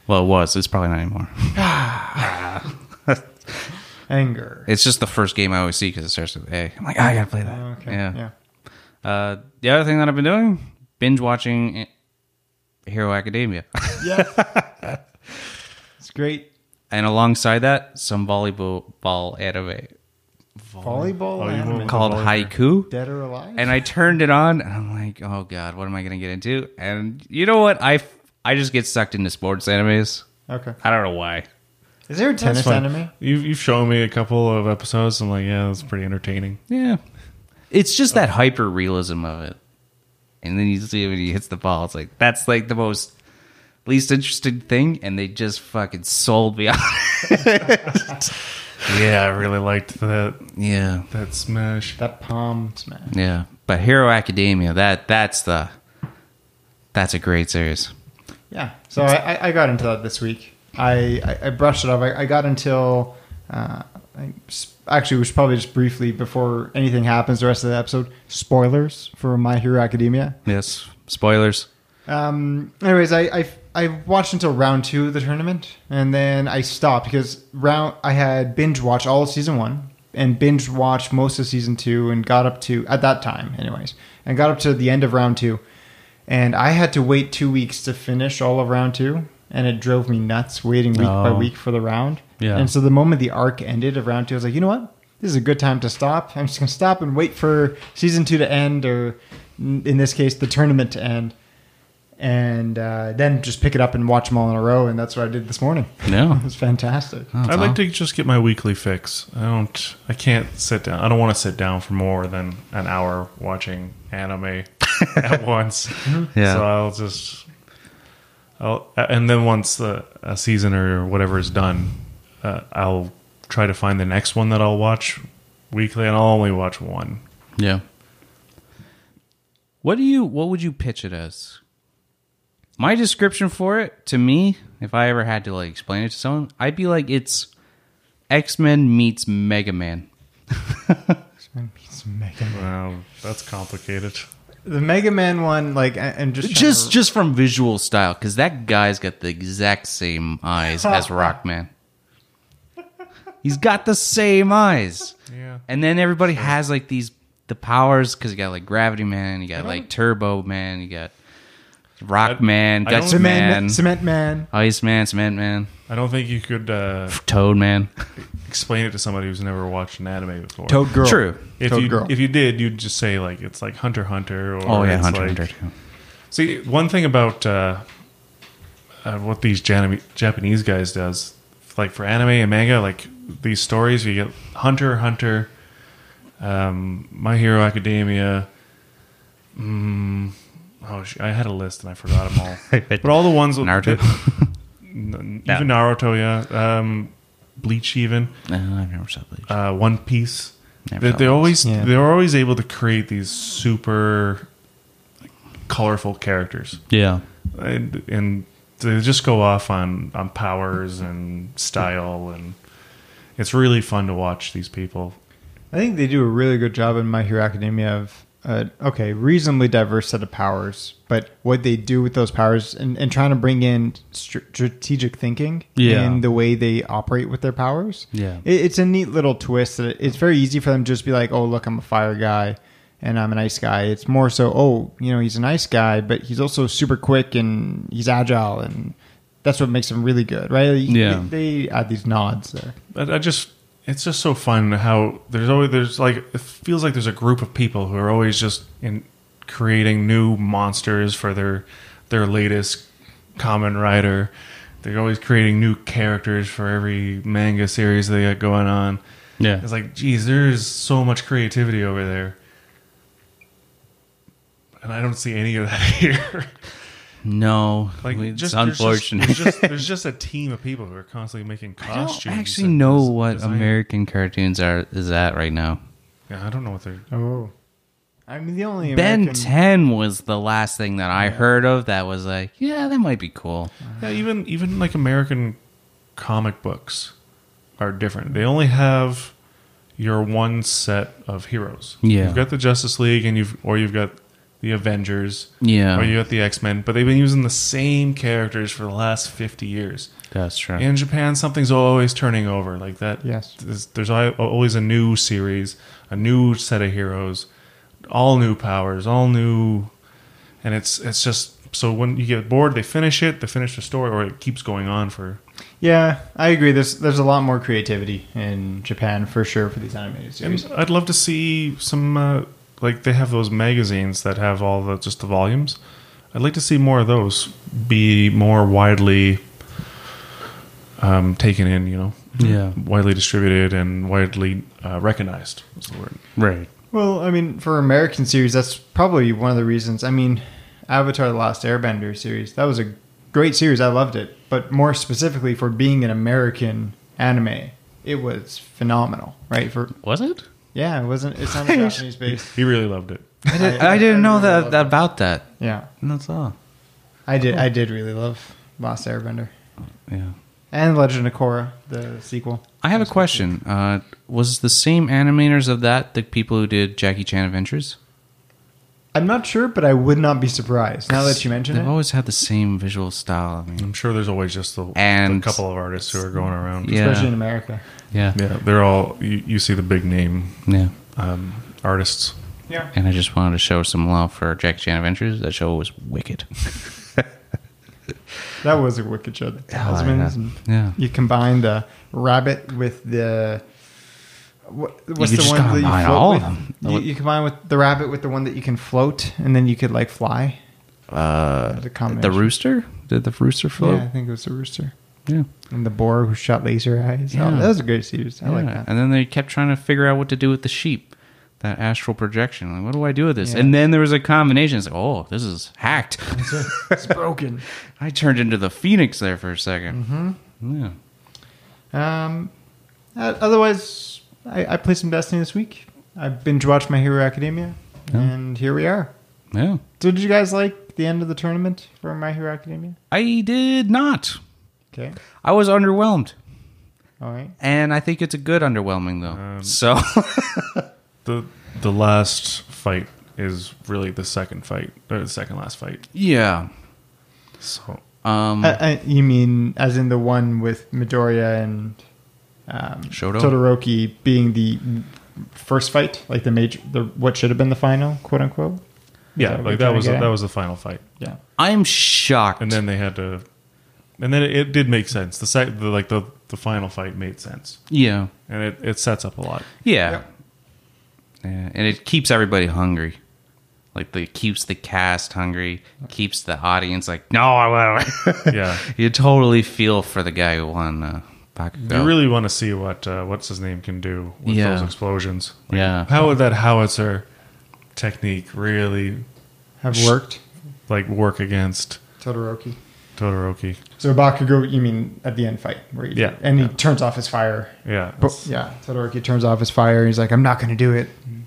S2: Well, it was. It's probably not anymore.
S1: Anger.
S2: It's just the first game I always see because it starts with A. I'm like, "Ah, I gotta play that.
S1: Okay.
S2: Yeah.
S1: yeah.
S2: Uh, the other thing that I've been doing, binge watching Hero Academia,
S1: Yes. it's great.
S2: and alongside that, some volleyball ball anime
S1: Volleyball
S3: Oh, you
S1: anime.
S3: won't-
S2: called Haiku.
S1: Dead or alive?
S2: And I turned it on, and I'm like, oh god, what am I gonna get into? And you know what? I f- I just get sucked into sports animes.
S1: okay.
S2: I don't know why.
S1: Is there a
S3: That's
S1: tennis
S3: fun.
S1: anime?
S3: You've, you've shown me a couple of episodes. I'm like, yeah, that's pretty entertaining.
S2: Yeah. It's just that hyper realism of it. And then you see when he hits the ball, it's like that's like the most least interesting thing, and they just fucking sold me out.
S3: Yeah, I really liked that
S2: yeah.
S3: that smash.
S1: That palm smash.
S2: Yeah. But Hero Academia, that that's the that's a great series.
S1: Yeah. So I, I, I got into that this week. I, I, I brushed it off. I, I got until uh, I s actually, it was probably just briefly before anything happens. The rest of the episode spoilers for My Hero Academia.
S2: Yes. Spoilers.
S1: Um, anyways, I, I I watched until round two of the tournament, and then I stopped because round I had binge watched all of season one and binge watched most of season two, and got up to at that time, anyways, and got up to the end of round two, and I had to wait two weeks to finish all of round two, and it drove me nuts waiting week by
S2: Oh.
S1: week for the round.
S2: Yeah.
S1: And so the moment the arc ended of round two, I was like, you know what? This is a good time to stop. I'm just gonna stop and wait for season two to end, or n- in this case, the tournament to end and uh, then just pick it up and watch them all in a row. And that's what I did this morning.
S2: No.
S1: it was fantastic.
S2: That's
S3: I like
S2: all.
S3: to just get my weekly fix. I don't. I can't sit down. I don't want to sit down for more than an hour watching anime at once.
S2: Mm-hmm. Yeah.
S3: So I'll just. I'll and then once the a season or whatever is done, uh, I'll try to find the next one that I'll watch weekly, and I'll only watch one.
S2: Yeah. What do you what would you pitch it as? My description for it to me, if I ever had to like explain it to someone, I'd be like it's X-Men meets Mega Man.
S1: It's Mega Man.
S3: Wow, that's complicated.
S1: The Mega Man one, like, a- and just trying
S2: Just
S1: to-
S2: just from visual style cuz that guy's got the exact same eyes as Rockman. He's got the same eyes.
S3: Yeah.
S2: And then everybody has like these the powers cuz you got like Gravity Man, you got like Turbo Man, you got Rock
S3: I-
S2: Man,
S3: I don't-
S2: Guts
S1: Cement
S2: Man.
S1: Man, Cement Man.
S2: Ice Man, Cement Man,
S3: I don't think you could uh,
S2: Toad Man.
S3: explain it to somebody who's never watched an anime before.
S1: Toad Girl.
S2: True.
S3: If
S1: Toad
S3: you
S1: Girl.
S3: if you did, you'd just say like it's like Hunter x Hunter or
S2: Oh yeah,
S3: it's
S2: Hunter
S3: like-
S2: Hunter too.
S3: See, one thing about uh, uh, what these Jan- Japanese guys does, like for anime and manga, like these stories, you get Hunter x Hunter, um, My Hero Academia. Mm, oh, sh- I had a list and I forgot them all. but all the ones with
S2: Naruto.
S3: even
S2: No.
S3: Naruto, yeah, um, Bleach, even
S2: No, I've never saw Bleach.
S3: uh, One Piece.
S2: Never
S3: They,
S2: saw
S3: they
S2: One
S3: always
S1: Yeah.
S3: they're always able to create these super like, colorful characters,
S2: Yeah,
S3: and, and they just go off on on powers and style, and it's really fun to watch these people.
S1: I think they do a really good job in My Hero Academia of uh, okay, reasonably diverse set of powers, but what they do with those powers and, and trying to bring in str- strategic thinking
S2: Yeah.
S1: in the way they operate with their powers.
S2: Yeah.
S1: it, it's a neat little twist. That it's very easy for them to just be like, "Oh, look, I'm a fire guy." And I'm an ice guy. It's more so, oh, you know, he's an ice guy, but he's also super quick and he's agile, and that's what makes him really good, right?
S2: Yeah.
S1: They, they add these nods there.
S3: But I just it's just so fun how there's always there's like it feels like there's a group of people who are always just in creating new monsters for their their latest common rider. They're always creating new characters for every manga series they got going on.
S2: yeah.
S3: It's like, geez, there's so much creativity over there. And I don't see any of that here.
S2: No,
S3: like,
S2: it's
S3: just, there's just-
S2: unfortunate.
S3: There's just, there's just a team of people who are constantly making
S2: I
S3: costumes.
S2: don't actually
S3: and
S2: know
S3: des-
S2: what
S3: designing-
S2: American cartoons are is at right now.
S3: Yeah, I don't know what they're
S1: Oh, I'm the only
S2: Ben
S1: American.
S2: 10 was the last thing that I heard of that was like, yeah, that might be cool.
S3: Yeah, even even like American comic books are different. They only have your one set of heroes.
S2: Yeah.
S3: You've got the Justice League and you've or you've got the Avengers.
S2: Yeah.
S3: Or you got the X Men, but they've been using the same characters for the last fifty years.
S2: That's true.
S3: In Japan, something's always turning over like that.
S1: Yes.
S3: there's, there's al- always a new series, a new set of heroes, all new powers, all new, and it's it's just so when you get bored, they finish it, they finish the story, or it keeps going on for.
S1: Yeah, I agree. There's there's a lot more creativity in Japan for sure for these animated series.
S3: And I'd love to see some uh, like they have those magazines that have all the just the volumes. I'd like to see more of those be more widely um, taken in. You know.
S2: Yeah.
S3: widely distributed and widely uh, recognized. Is the word.
S2: Right.
S1: Well, I mean, for American series, that's probably one of the reasons. I mean, Avatar: The Last Airbender series that was a great series. I loved it, but more specifically for being an American anime, it was phenomenal. Right? For
S2: Was it?
S1: yeah, it wasn't. It's not a Japanese based.
S3: He really loved it.
S1: I, did,
S2: I didn't know that,
S1: loved
S2: that about that.
S1: Yeah,
S2: And that's all.
S1: I did. I did really love Last Airbender
S2: Yeah.
S1: and Legend of Korra, the sequel.
S2: I have a question. Uh, was the same animators of that the people who did Jackie Chan Adventures?
S1: I'm not sure, but I would not be surprised now that you mention
S2: They've
S1: it.
S2: always had the same visual style. I mean,
S3: I'm sure there's always just the,
S2: And-
S3: the couple of artists who are going around.
S2: Yeah.
S1: Especially in America.
S2: yeah, yeah,
S3: Yeah, they're all you, you see the big name um, artists.
S1: Yeah.
S2: And I just wanted to show some love for Jackie Chan Adventures. That show was wicked.
S1: That was a wicked show. The Talismans. and
S2: Yeah.
S1: You combine the rabbit with the. What, what's
S2: could
S1: the
S2: just
S1: one that you
S2: combine
S1: float
S2: all
S1: with?
S2: of them.
S1: You, you combine with the rabbit with the one that you can float, and then you could like fly.
S2: Uh,
S1: There's a
S2: the
S1: combination.
S2: rooster? Did the rooster
S1: Yeah, I
S2: float?
S1: think it was the rooster
S2: Yeah.
S1: and the boar who shot laser eyes.
S2: Yeah.
S1: Oh, that was a great series. I like
S2: Yeah.
S1: that.
S2: And then they kept trying to figure out what to do with the sheep, that astral projection. Like, what do I do with this?
S1: Yeah.
S2: And then there was a combination. It's like, oh, this is hacked.
S1: it's broken.
S2: I turned into the phoenix there for a 2nd Mm-hmm. Yeah.
S1: Um, uh, otherwise, I, I played some Destiny this week. I binge watched My Hero Academia,
S2: Yeah.
S1: and here we are.
S2: Yeah.
S1: So, did you guys like the end of the tournament for My Hero Academia?
S2: I did not.
S1: Okay,
S2: I was underwhelmed.
S1: all right.
S2: And I think it's a good underwhelming, though. so,
S3: The the last fight is really the second fight or the second last fight.
S2: yeah.
S3: So
S2: Um,
S1: Uh, uh, you mean as in the one with Midoriya and um,
S2: Shoto?
S1: Todoroki being the first fight, like the major, the what should have been the final, quote unquote. Is
S3: yeah,
S1: what
S3: like
S1: you're
S3: that was
S1: trying to
S3: that
S1: get at?
S3: was the final fight,
S1: yeah.
S2: I'm shocked.
S3: and then they had to, and then it, it did make sense. The, sec, the like the the final fight made sense,
S2: yeah.
S3: and it, it sets up a lot.
S2: Yeah.
S1: Yep.
S2: Yeah, and it keeps everybody hungry. Like the keeps the cast hungry, keeps the audience like, no, I want.
S3: Yeah.
S2: you totally feel for the guy who won uh, Bakugo.
S3: You really want to see what uh, what's his name can do with
S2: Yeah.
S3: those explosions.
S2: Yeah.
S3: How would that howitzer technique really
S1: Have worked
S3: like work against
S1: Todoroki.
S3: Todoroki?
S1: So Bakugo, you mean at the end fight, where he,
S3: Yeah.
S1: and he turns off his fire.
S3: Yeah,
S1: But, yeah, Todoroki turns off his fire. He's like, I'm not going to do it, Mm-hmm.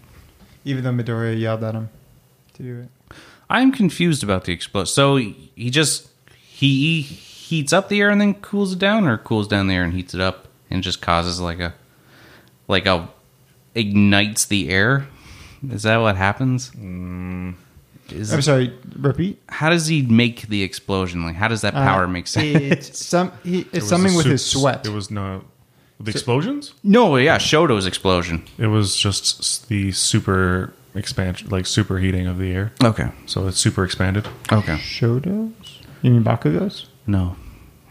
S1: even though Midoriya yelled at him to do it.
S2: I'm confused about the explosion. So he just he heats up the air and then cools it down, or cools down the air and heats it up, and just causes like a like a ignites the air. Is that what happens?
S3: Mm.
S2: Is,
S1: I'm sorry. Repeat.
S2: how does he make the explosion? Like how does that
S1: Uh,
S2: power make sense?
S1: It's some. He,
S3: It
S1: it's
S3: was
S1: something
S3: the
S1: with his
S3: suits-
S1: sweat.
S3: It was no the explosions.
S2: no, yeah, Shoto's explosion.
S3: It was just s- the super expansion, like superheating of the air.
S2: Okay,
S3: So it's super expanded.
S2: okay,
S1: Shodos? You mean Bakugo's?
S2: no,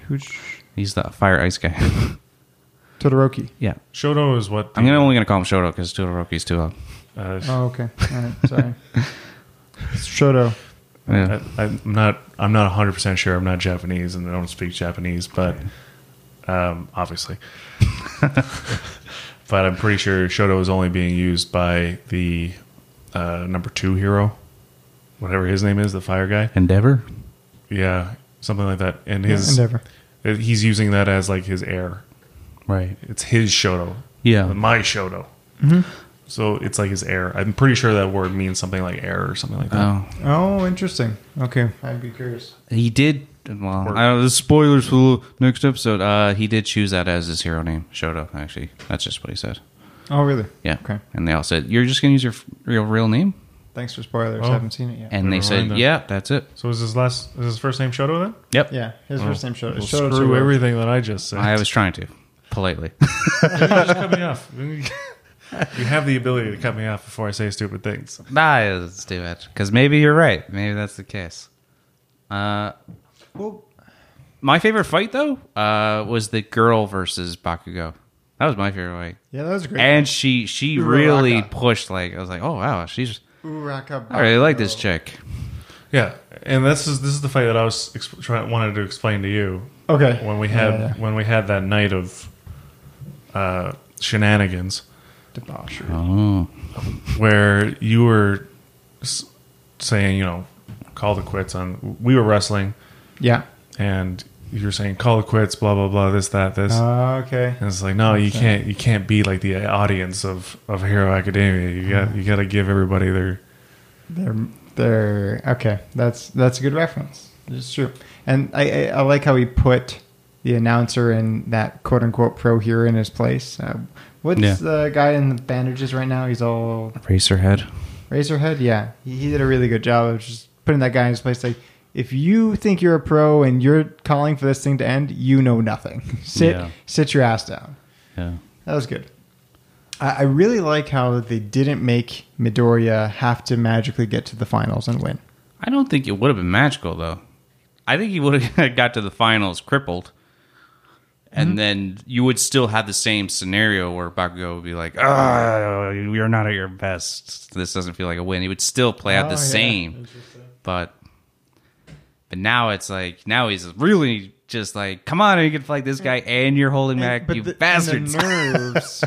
S1: Who's
S2: he's the fire ice guy.
S1: Todoroki?
S2: yeah,
S3: Shoto is what
S2: I'm gonna, only gonna call him Shoto because Todoroki's too up.
S3: uh,
S1: Oh, okay. All right. Sorry. It's Shodo.
S2: Yeah.
S3: I, I'm not. I'm not 100 percent sure. I'm not Japanese, and I don't speak Japanese, but um, obviously, but I'm pretty sure Shoto is only being used by the uh, number two hero, whatever his name is, the fire guy.
S2: Endeavor.
S3: Yeah, something like that. And his uh,
S1: Endeavor.
S3: he's using that as like his heir.
S2: Right.
S3: It's his Shoto.
S2: Yeah. Mm-hmm.
S3: my Shoto. So it's like his heir. I'm pretty sure that word means something like heir or something like that.
S2: Oh,
S1: Oh, interesting. Okay, I'd be curious.
S2: he did. Well,
S3: Work.
S2: I don't, this is spoilers for the next episode. Uh, he did choose that as his hero name, Shoto. Actually, that's just what he said.
S1: Oh, really?
S2: Yeah.
S1: Okay.
S2: And they all said, "You're just gonna use your f- real real name,"
S1: Thanks for spoilers.
S3: Oh.
S1: Haven't seen it yet.
S2: and they
S3: Never
S2: said,
S3: mind then.
S2: "Yeah, that's it."
S3: So is his last is his first name Shoto then?
S2: Yep.
S1: yeah, his first name showed.
S3: Well,
S1: showed
S3: screw everything that I just said.
S2: I was trying to politely.
S3: You just cut me off. You have the ability to cut me off before I say stupid things.
S2: nah, it's too much. Because maybe you're right. Maybe that's the case. Uh,
S1: Well,
S2: my favorite fight though uh, was the girl versus Bakugo. That was my favorite fight.
S1: yeah, that was great.
S2: And she she
S1: Uraraka.
S2: really pushed. Like I was like, oh wow, she's.
S1: Uraka
S2: I really like this
S1: Bakugo.
S2: chick.
S3: Yeah, and this is this is the fight that I was exp- try, wanted to explain to you
S1: Okay.
S3: when we had
S1: Yeah, yeah.
S3: when we had that night of uh, shenanigans
S1: debauchery.
S2: Oh,
S3: where you were s- saying you know call the quits on we were wrestling
S1: Yeah.
S3: and you were saying call the quits blah blah blah this that this
S1: Uh, okay.
S3: And it's like, no, you can't, you can't be like the audience of, of Hero Academia. You
S1: Mm-hmm.
S3: got, you got to give everybody their.
S1: They're they're okay. That's that's a good reference. It's true. And I I, I like how he put the announcer in that quote unquote pro hero in his place. Uh, what's
S2: Yeah.
S1: the guy in the bandages right now? He's all
S2: Racerhead.
S1: Razorhead. Yeah, he, he did a really good job of just putting that guy in his place. Like. If you think you're a pro and you're calling for this thing to end, you know nothing. sit,
S2: Yeah.
S1: sit your ass down.
S2: Yeah.
S1: That was good. I, I really like how they didn't make Midoriya have to magically get to the finals and win.
S2: I don't think it would have been magical though. I think he would have got to the finals crippled,
S1: Mm-hmm.
S2: and then you would still have the same scenario where Bakugo would be like, "Ah, you're not at your best. This doesn't feel like a win." He would still play out
S1: Oh,
S2: the
S1: yeah.
S2: same, but but now it's like now he's really just like, "Come on, you can fight this guy, and you're holding back, you
S1: the,
S2: bastards."
S1: and the nerves,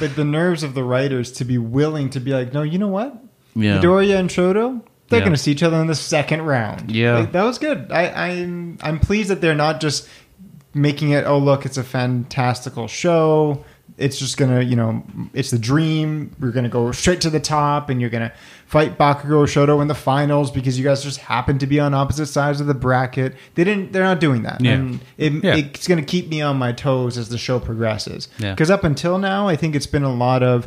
S1: but the nerves of the writers to be willing to be like, no, you know what?
S2: Yeah.
S1: Midoriya and Shoto, they're
S2: Yeah.
S1: going to see each other in the second round.
S2: Yeah.
S1: Like, that was good. I, I'm I'm pleased that they're not just making it. Oh, look, it's a fantastical show. It's just gonna, you know, it's the dream. We're gonna go straight to the top, and you're gonna fight Bakugo Shoto in the finals because you guys just happen to be on opposite sides of the bracket. They didn't. They're not doing that.
S2: Yeah.
S1: And it,
S2: Yeah.
S1: it's gonna keep me on my toes as the show progresses.
S2: Yeah.
S1: Because up until now, I think it's been a lot of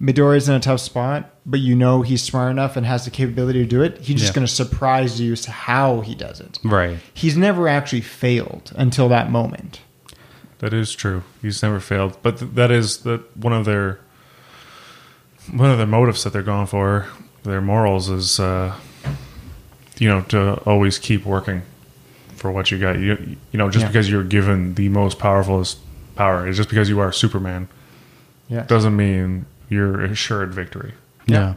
S1: Midori's in a tough spot, but you know he's smart enough and has the capability to do it. He's just
S2: Yeah.
S1: going to surprise you as to how he does it.
S2: Right.
S1: He's never actually failed until that moment.
S3: That is true. He's never failed, but th- that is that one of their one of their motives that they're going for. Their morals is, uh, you know, to always keep working for what you got. You, you know, just
S1: Yeah.
S3: because you're given the most powerful power, it's just because you are Superman
S1: Yeah.
S3: doesn't mean you're assured victory.
S1: Yeah.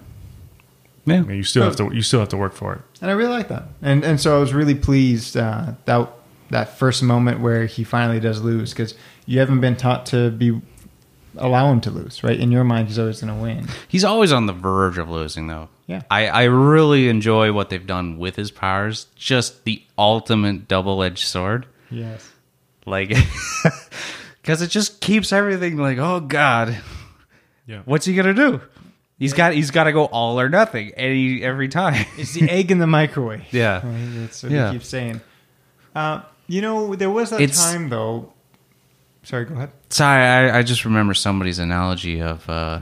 S2: Yeah.
S3: I mean, you still have to, you still have to work for it.
S1: And I really like that. And and so I was really pleased uh, that that first moment where he finally does lose because you haven't been taught to be allow him to lose, right? In your mind, he's always going to win.
S2: He's always on the verge of losing, though.
S1: Yeah.
S2: I, I really enjoy what they've done with his powers. Just the ultimate double edged sword.
S1: Yes.
S2: Like, because it just keeps everything like, oh, God.
S3: Yeah.
S2: What's he going to do? He's got he's got to go all or nothing any every time.
S1: It's the egg in the microwave.
S2: Yeah.
S1: Right, That's what
S2: Yeah.
S1: we keep saying. Uh, you know, there was that
S2: It's-
S1: time though. Sorry, go ahead.
S2: Sorry, I, I just remember somebody's analogy of uh,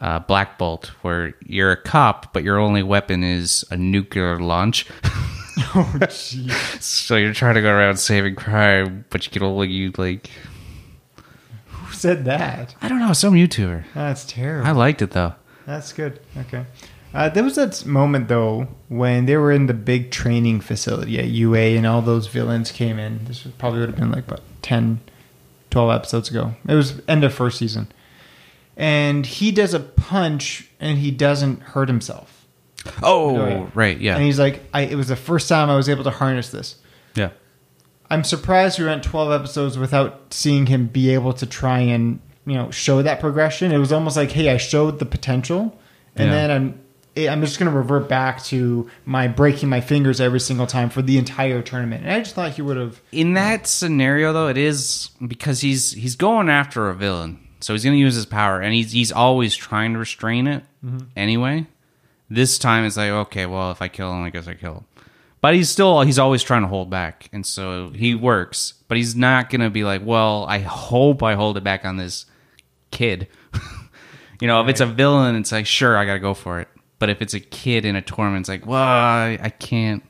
S2: uh, Black Bolt, where you're a cop, but your only weapon is a nuclear launch.
S1: Oh, jeez.
S2: So you're trying to go around saving crime, but you can only you like
S1: Who said that?
S2: I don't know some YouTuber.
S1: That's terrible.
S2: I liked it though.
S1: That's good. Okay. Uh, there was that moment though when they were in the big training facility at UA and all those villains came in. This was- probably would have been like about 10, 12 episodes ago. It was end of first season. And he does a punch and he doesn't hurt himself.
S2: Oh,
S1: yeah.
S2: right, yeah,
S1: And he's like, I, it was the first time I was able to harness this.
S2: yeah,
S1: I'm surprised we went 12 episodes without seeing him be able to try and you know show that progression. It was almost like, hey, I showed the potential, and
S2: Yeah.
S1: then I'm eh, I'm just going to revert back to my breaking my fingers every single time for the entire tournament. And I just thought he would have.
S2: In that scenario though, it is because he's he's going after a villain, So he's going to use his power, and he's he's always trying to restrain it anyway. This time it's like, okay, well, if I kill him, I guess I kill him. But he's still he's always trying to hold back, and so he works. But he's not going to be like, well, I hope I hold it back on this kid. you know, if it's a villain, it's like, sure, I got to go for it. But if it's a kid in a tournament, it's like, well, I, I can't.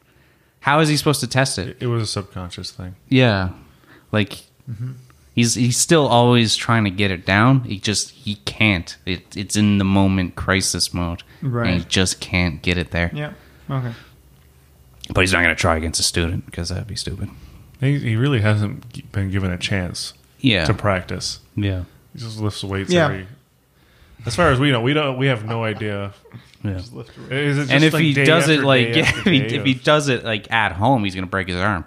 S2: How is he supposed to test it?
S3: It was a subconscious thing.
S2: Yeah, like
S3: Mm-hmm.
S2: he's he's still always trying to get it down. He just he can't. It, it's in the moment crisis mode, And he
S1: Right.
S2: just can't get it there.
S1: Yeah. Okay.
S2: But he's not going to try against a student because that'd be stupid.
S3: He, he really hasn't g- been given a chance
S2: Yeah,
S3: to practice.
S2: yeah,
S3: He just lifts weights
S1: Yeah.
S3: every. As far as we know, we don't. We have no idea.
S2: yeah.
S3: Is it just
S2: And if
S3: like
S2: he
S3: day
S2: does it
S3: after
S2: like
S3: day
S2: yeah, if
S3: after
S2: he,
S3: day
S2: if he
S3: of-
S2: does it like at home, he's going to break his arm.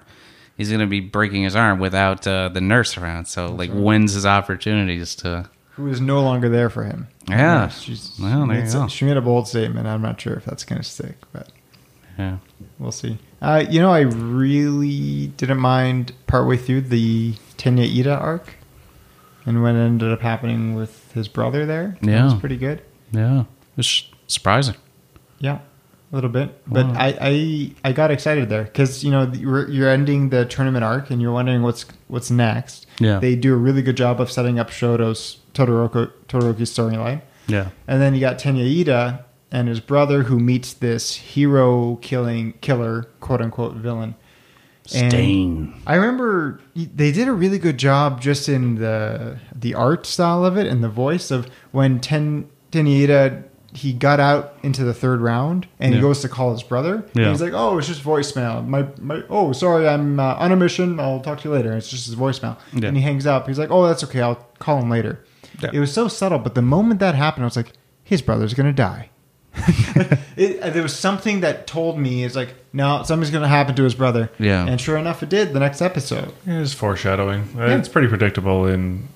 S2: He's going to be breaking his arm without uh, the nurse around. So like, when's his opportunities to?
S1: Who is no longer there for him?
S2: Yeah.
S1: She's,
S2: Well, there you
S1: it's-
S2: go.
S1: She made a bold statement. I'm not sure if that's going to stick, but
S2: Yeah.
S1: we'll see. Uh, you know, I really didn't mind partway through the Tenya Ida arc and what ended up happening with his brother there. That was
S2: Yeah.
S1: pretty good.
S2: Yeah, it's surprising.
S1: Yeah, a little bit. But
S2: Wow.
S1: I, I I got excited there because you know you're, you're ending the tournament arc and you're wondering what's what's next.
S2: Yeah.
S1: they do a really good job of setting up Shoto's Todoroki Todoroki's storyline,
S2: Yeah,
S1: and then you got Tenya Ida and his brother who meets this hero killing killer quote unquote villain. And-
S2: Stain.
S1: I remember they did a really good job just in the the art style of it and the voice of when Ten Tenieda he got out into the third round and
S2: Yeah.
S1: he goes to call his brother. And
S2: Yeah.
S1: he's like, "Oh, it's just voicemail. My my oh, sorry, I'm uh, on a mission. I'll talk to you later." It's just his voicemail.
S2: Yeah.
S1: And he hangs up. He's like, "Oh, that's okay. I'll call him later."
S2: Yeah.
S1: It was so subtle, but the moment that happened, I was like, "His brother's gonna die." it, uh, there was something that told me it's like no something's going to happen to his brother
S2: Yeah.
S1: and sure enough it did the next episode
S3: It is foreshadowing. Uh, It's pretty predictable in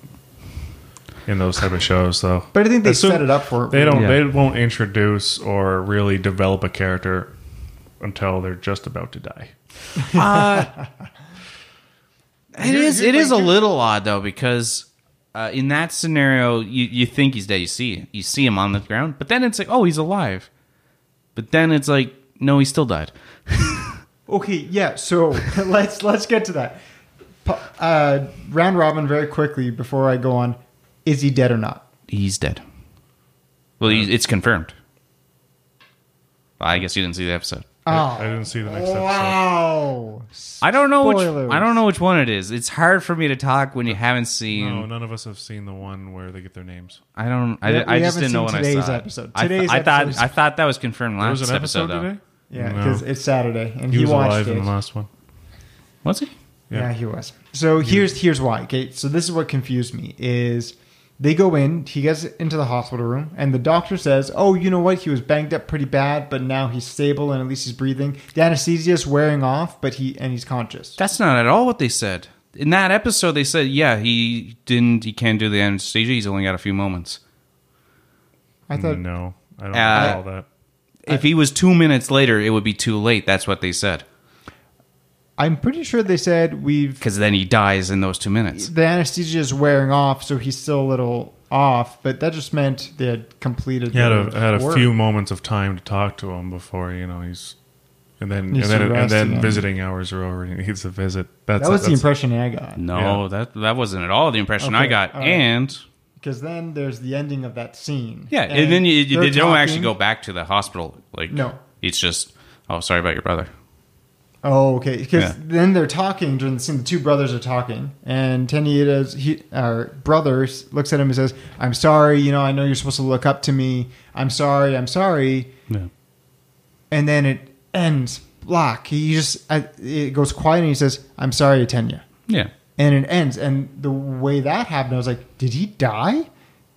S3: in those type of shows, though.
S1: but i think they
S3: As soon-
S1: set it up for it
S3: They don't.
S2: Yeah.
S3: They won't introduce or really develop a character until they're just about to die.
S2: Uh, It is. It is a little odd though because uh, in that scenario, you you think he's dead. You see you see him on the ground, but then it's like, oh, he's alive. But then it's like, no, he still died.
S1: okay yeah so let's let's get to that Pa- uh, round robin very quickly before i go on is he dead or not
S2: He's dead. Well, he, it's confirmed. I guess you didn't see the episode.
S1: Ah.
S3: I didn't see the next episode.
S1: wow
S2: I don't know
S1: Spoilers.
S2: which. I don't know which one it is. It's hard for me to talk when you haven't seen.
S3: No, none of us have seen the one where they get their names.
S2: I don't. I,
S1: We-
S2: I
S1: we
S2: just
S1: haven't
S2: didn't know
S1: seen
S2: when I
S1: today's
S2: saw it.
S1: episode.
S2: I-
S1: Today's
S2: I, thought.
S1: episode-
S2: I thought that was confirmed
S3: There
S2: last
S3: was an
S2: episode,
S3: episode
S2: though.
S3: today.
S1: yeah
S3: No.
S1: because it's saturday and
S3: He
S1: he,
S3: was
S1: watched
S3: alive
S1: it
S3: in the last one.
S2: Was he?
S1: Yeah.
S3: Yeah.
S1: he was. So here's here's why. Okay, so this is what confused me is they go in, he gets into the hospital room, and the doctor says, "Oh, you know what? He was banged up pretty bad, but now he's stable and at least he's breathing. The anesthesia is wearing off, but he and he's conscious."
S2: That's not at all what they said. In that episode, they said, "Yeah, he didn't. He can't do the anesthesia. He's only got a few moments.
S1: I thought
S3: no, I don't
S2: Uh,
S3: recall that.
S2: If he was two minutes later, it would be too late." That's what they said.
S1: I'm pretty sure they said we've
S2: Because then he dies in those two minutes.
S1: the anesthesia is wearing off, so he's still a little off, but that just meant they had completed
S3: He had
S1: their
S3: a had a
S1: work.
S3: few moments of time to talk to him before you know he's, and then
S1: He's
S3: and then and
S1: arrested
S3: then
S1: him.
S3: visiting hours are over. and He needs a visit. That's
S1: That was the
S3: that's-
S1: impression I got.
S2: No,
S3: Yeah.
S2: that that wasn't at all the impression I
S1: Okay,
S2: got.
S1: all right.
S2: And
S1: Because then there's the ending of that scene.
S2: yeah, and, then you, you-
S1: they're
S2: they don't actually
S1: talking.
S2: go back to the hospital. Like
S1: No.
S2: it's just oh, sorry about your brother.
S1: Oh, okay. Because
S2: Yeah.
S1: then they're talking during the scene. The two brothers are talking, and Tenieda's he, our brother s- looks at him and says, "I'm sorry. You know, I know you're supposed to look up to me. I'm sorry. I'm sorry."
S2: Yeah.
S1: And then it ends black. He just I, it goes quiet, and he says, "I'm sorry, Tenya."
S2: Yeah.
S1: And it ends. And the way that happened, I was like, "Did he die?"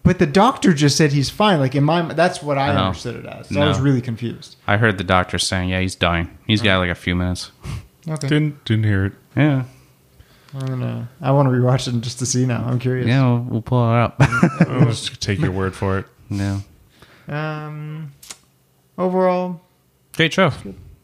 S1: But the doctor just said he's fine. Like in my, that's what I
S2: No.
S1: understood it as. So I
S2: No.
S1: was really confused.
S2: I heard the doctor saying, "Yeah, he's dying. He's got like a few minutes."
S1: Okay,
S3: Didn't didn't hear it.
S2: Yeah.
S1: I'm gonna. I want to rewatch it just to see now. I'm curious.
S2: Yeah, we'll, we'll pull it up.
S3: I'll just take your word for it.
S2: yeah.
S1: Um, overall,
S2: Great show.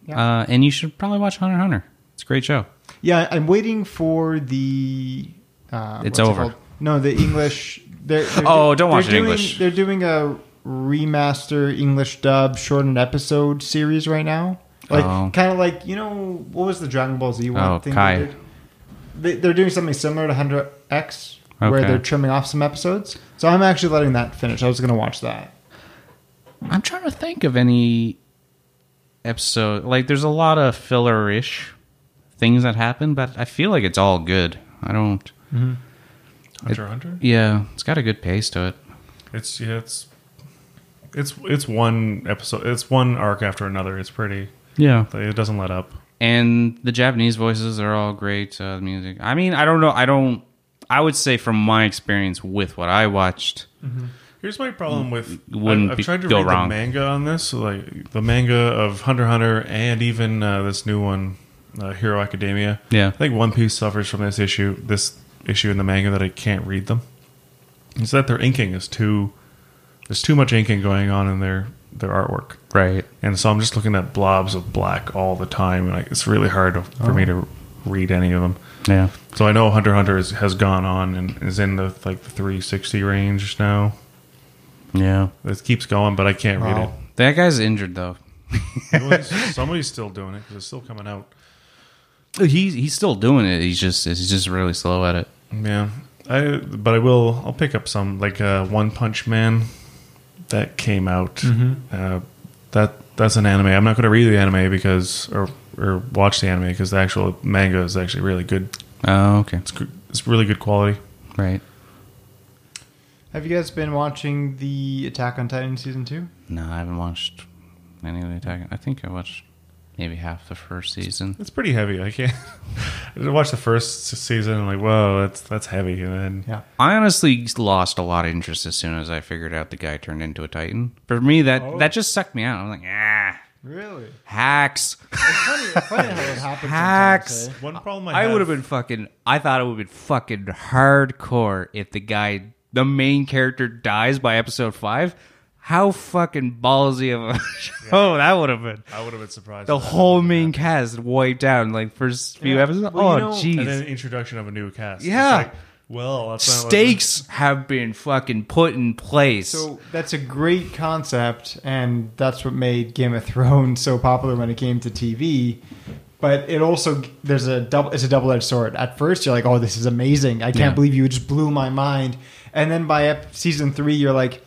S1: Yeah.
S2: Uh, and you should probably watch Hunter x Hunter. It's a great show.
S1: yeah, I'm waiting for the. Uh, what's
S2: It's
S1: it
S2: over.
S1: called? no, the English They're, they're
S2: Oh, don't watch
S1: they're
S2: it
S1: doing,
S2: English.
S1: They're doing a remaster English dub shortened episode series right now. Like
S2: Oh.
S1: kind of like you know what was the Dragon Ball Z one
S2: Oh,
S1: thing?
S2: Kai.
S1: They did? They, they're doing something similar to Hundred X, where
S2: Okay.
S1: they're trimming off some episodes. So I'm actually letting that finish. I was going to watch that.
S2: I'm trying to think of any episode. Like, there's a lot of filler ish things that happen, but I feel like it's all good. I don't.
S3: Hunter x Hunter.
S2: Yeah, it's got a good pace to it.
S3: It's yeah, it's it's it's one episode. It's one arc after another. It's pretty.
S2: Yeah.
S3: It doesn't let up.
S2: and the Japanese voices are all great. Uh, the music. I mean, I don't know. I don't. I would say from my experience with what I watched,
S3: Here's my problem with
S2: Mm, Wouldn't
S3: I've, I've
S2: be-
S3: tried to
S2: go
S3: read
S2: wrong.
S3: the manga on this, so, like the manga of Hunter x Hunter, and even uh, this new one, uh, Hero Academia.
S2: Yeah.
S3: I think One Piece suffers from this issue. This issue in the manga that I can't read them. Is that their inking is too? There's too much inking going on in their their artwork,
S2: right?
S3: and so I'm just looking at blobs of black all the time, and like, it's really hard to- for
S2: Oh.
S3: me to read any of them.
S2: Yeah,
S3: So I know Hunter x Hunter is, has gone on and is in the like the 360 range now.
S2: yeah.
S3: It keeps going, but I can't read it.
S1: Wow.
S2: That guy's injured though.
S3: Somebody's- Somebody's still doing it because it's still coming out.
S2: He's he's still doing it. He's just he's just really slow at it.
S3: Yeah, I but I will. I'll pick up some like uh, One Punch Man that came out. Uh, that that's an anime. I'm not going to read the anime because or or watch the anime because the actual manga is actually really good.
S2: Oh, okay,
S3: It's good- it's really good quality.
S2: right.
S1: Have you guys been watching the Attack on Titan season two?
S2: No, I haven't watched any of the attack. I think I watched maybe half the first season.
S3: It's pretty heavy. I can't. I watched the first season and like whoa, that's that's heavy. And then
S1: Yeah.
S2: I honestly lost a lot of interest as soon as I figured out the guy turned into a titan. For me, that that just sucked me out. I'm like, ah,
S1: Really?
S2: hacks.
S1: It's funny, it's funny how it happens.
S2: Hacks.
S1: Sometimes, eh?
S3: one problem I,
S2: I
S3: have-
S2: would have been fucking. I thought it would have been fucking hardcore if the guy, the main character, dies by episode five. How fucking ballsy of a show that would have been.
S3: I would have been surprised.
S2: The
S3: if that
S2: whole
S3: happened.
S2: main cast wiped out in like first few
S1: Yeah.
S2: episodes.
S1: Well, you
S2: oh
S1: know-
S2: jeez.
S3: and then introduction of a new cast. It's
S2: Yeah.
S3: like, well, that's not what-
S2: Stakes have been fucking put in place.
S1: So that's a great concept, and that's what made Game of Thrones so popular when it came to TV. But it also there's a double it's a double edged sword. At first, you're like, "Oh, this is amazing! I can't
S2: Yeah.
S1: believe you just blew my mind." And then by ep- season three, you're like,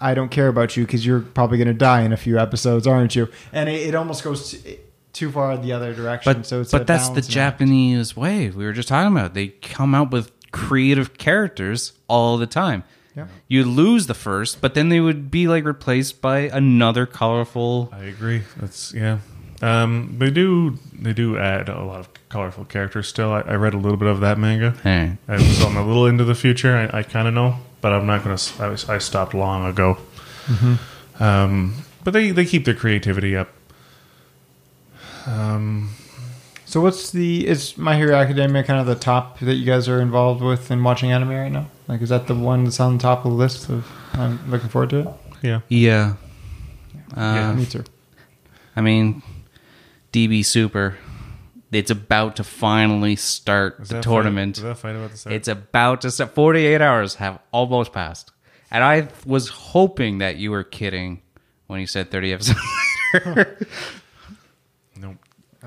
S1: "I don't care about you because you're probably going to die in a few episodes, aren't you?" And it, it almost goes t- too far the other direction.
S2: but
S1: so it's a
S2: but that's the
S1: balancing act.
S2: Japanese way we were just talking about. They come out with creative characters all the time.
S1: Yeah.
S2: You lose the first, but then they would be like replaced by another colorful.
S3: I agree. That's yeah. Um, they do they do add a lot of colorful characters still. I, I read a little bit of that manga.
S2: Hey.
S3: I was on a little into the future. I, I kind of know, but I'm not gonna. s- I, was- I stopped long ago.
S2: Mm-hmm.
S3: Um, but they they keep their creativity up.
S1: So what's the is My Hero Academia kind of the top that you guys are involved with in watching anime right now? Like, is that the one that's on the top of the list? Of I'm looking forward to it.
S3: Yeah.
S2: Yeah.
S3: Yeah.
S2: Uh,
S1: Me too.
S2: I mean, DB Super. It's about to finally start
S3: Is
S2: the
S3: that
S2: tournament.
S3: Fight, is that fight about the start?
S2: It's about to start. 48 hours have almost passed. And I was hoping that you were kidding when you said 30 episodes.
S3: nope.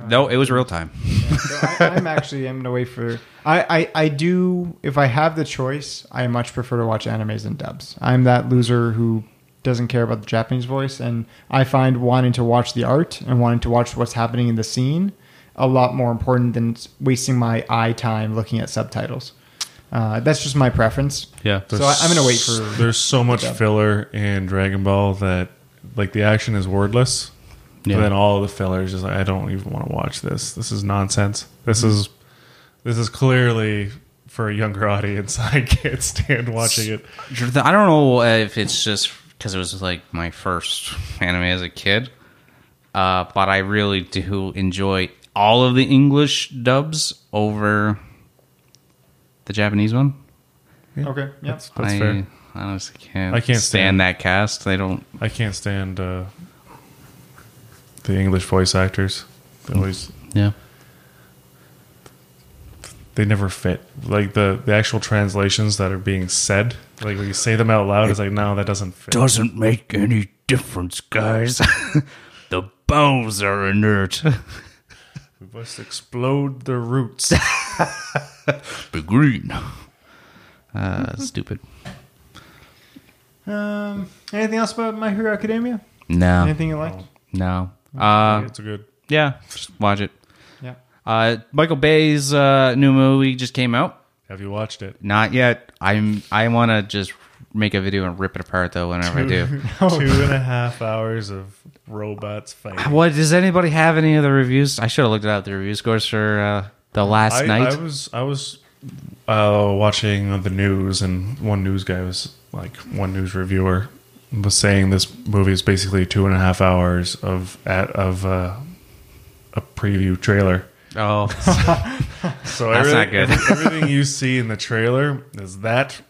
S2: no, it was real time.
S1: So I, I'm actually I'm away for. I, I I do if I have the choice, I much prefer to watch animes than dubs. I'm that loser who doesn't care about the Japanese voice, and I find wanting to watch the art and wanting to watch what's happening in the scene a lot more important than wasting my eye time looking at subtitles. Uh, that's just my preference.
S2: Yeah.
S1: So I, I'm gonna wait for.
S3: There's so much filler in Dragon Ball that like the action is wordless.
S2: Yeah.
S3: But then all of the filler is just like I don't even want to watch this. This is nonsense. This is this is clearly for a younger audience. I can't stand watching it.
S2: I don't know if it's just because it was like my first anime as a kid, uh, but I really do enjoy all of the English dubs over the Japanese one.
S1: Okay. Yep.
S3: That's, that's
S2: I,
S3: fair.
S2: I honestly can't.
S3: I can't
S2: stand
S3: stand-
S2: that cast. They don't.
S3: I can't stand uh,
S2: Mm.
S3: the English voice actors. They always
S2: Yeah.
S3: they never fit. Like the the actual translations that are being said, like when you say them out loud, it's like no, that doesn't fit.
S2: Doesn't make any difference, guys. the bones are inert.
S3: We must explode the roots.
S2: Be green. Uh, stupid.
S1: Um, anything else about My Hero Academia?
S2: No,
S1: Anything you liked?
S2: no. Uh,
S3: it's a good.
S2: yeah, just watch it.
S1: Yeah.
S2: Uh, Michael Bay's uh, new movie just came out.
S3: Have you watched it?
S2: Not yet. I'm. I want to just make a video and rip it apart though. Whenever I do.
S3: Two and a half hours of robots fighting.
S2: What does anybody have any of the reviews? I should have looked at the review scores for uh, the last
S3: I,
S2: night.
S3: I was I was uh, watching the news, and one news guy was like one news reviewer was saying this movie is basically two and a half hours of at of uh, a preview trailer.
S2: oh,
S3: So
S2: That's not
S3: everything,
S2: good.
S3: everything you see in the trailer is that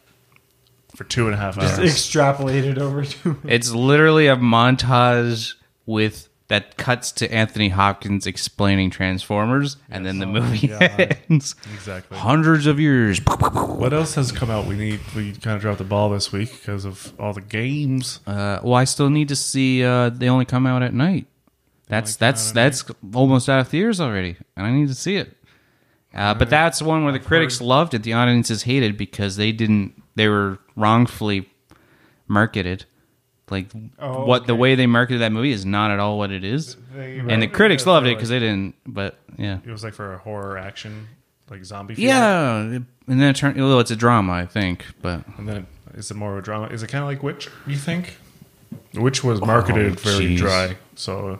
S3: for two and a half hours.
S1: Extrapolated over to
S2: It's literally a montage with that cuts to Anthony Hopkins explaining Transformers, and then the
S1: Oh
S2: movie
S3: God.
S2: ends.
S3: exactly.
S2: Hundreds of years. Uh,
S3: What else has come out? We need we kind of dropped the ball this week because of all the games.
S2: Uh, well, I still need to see. Uh, they only come out at night.
S1: Oh
S2: That's
S3: They only come
S2: that's
S3: out at
S2: that's almost out of theaters already, and I need to see it. Uh, but that's one where the critics loved it, the audiences hated because they didn't. They were wrongfully marketed. Like
S1: Oh,
S2: what the
S1: okay.
S2: way they marketed that movie is not at all what it is.
S1: They-
S2: and the critics loved it because they didn't. But yeah,
S3: It was like for a horror action, like zombie. film.
S2: yeah, and then it turned. Although it's a drama, I think. But
S3: And then it, is it more of a drama? Is it kind of like Witch? You think? Witch was marketed very
S2: Oh, jeez. Mm,
S3: dry, so. so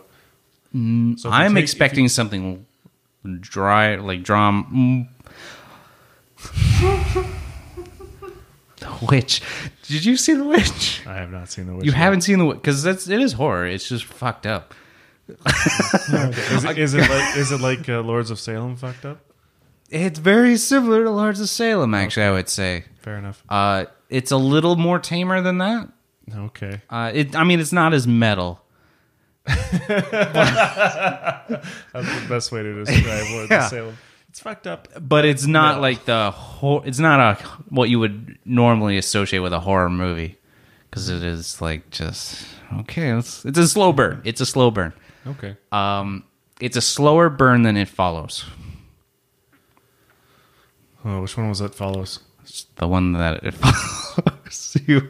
S3: if you
S2: I'm
S3: take-
S2: expecting something dry, like drama. Mm. the witch. Did you see the witch?
S3: if you- I have not seen the Witch.
S2: You
S3: yet.
S2: haven't seen the witch because that's it is horror. It's just fucked up.
S3: Is, it- is it like is it like uh, Lords of Salem fucked up?
S2: It's very similar to Lords of Salem. Actually, I would say
S3: Fair enough.
S2: uh, it's a little more tamer than that.
S3: Okay.
S2: Uh, it, I mean, it's not as metal.
S3: That's the best way to describe Lords
S2: Yeah.
S3: of Salem. It's fucked up.
S2: but it's not
S3: No.
S2: like the hor- it's not a what you would normally associate with a horror movie because it is like just okay it's, it's a slow burn it's a slow burn
S3: Okay.
S2: um it's a slower burn than it follows
S3: Oh, which one was that? Follows.
S2: it's the one that it follows you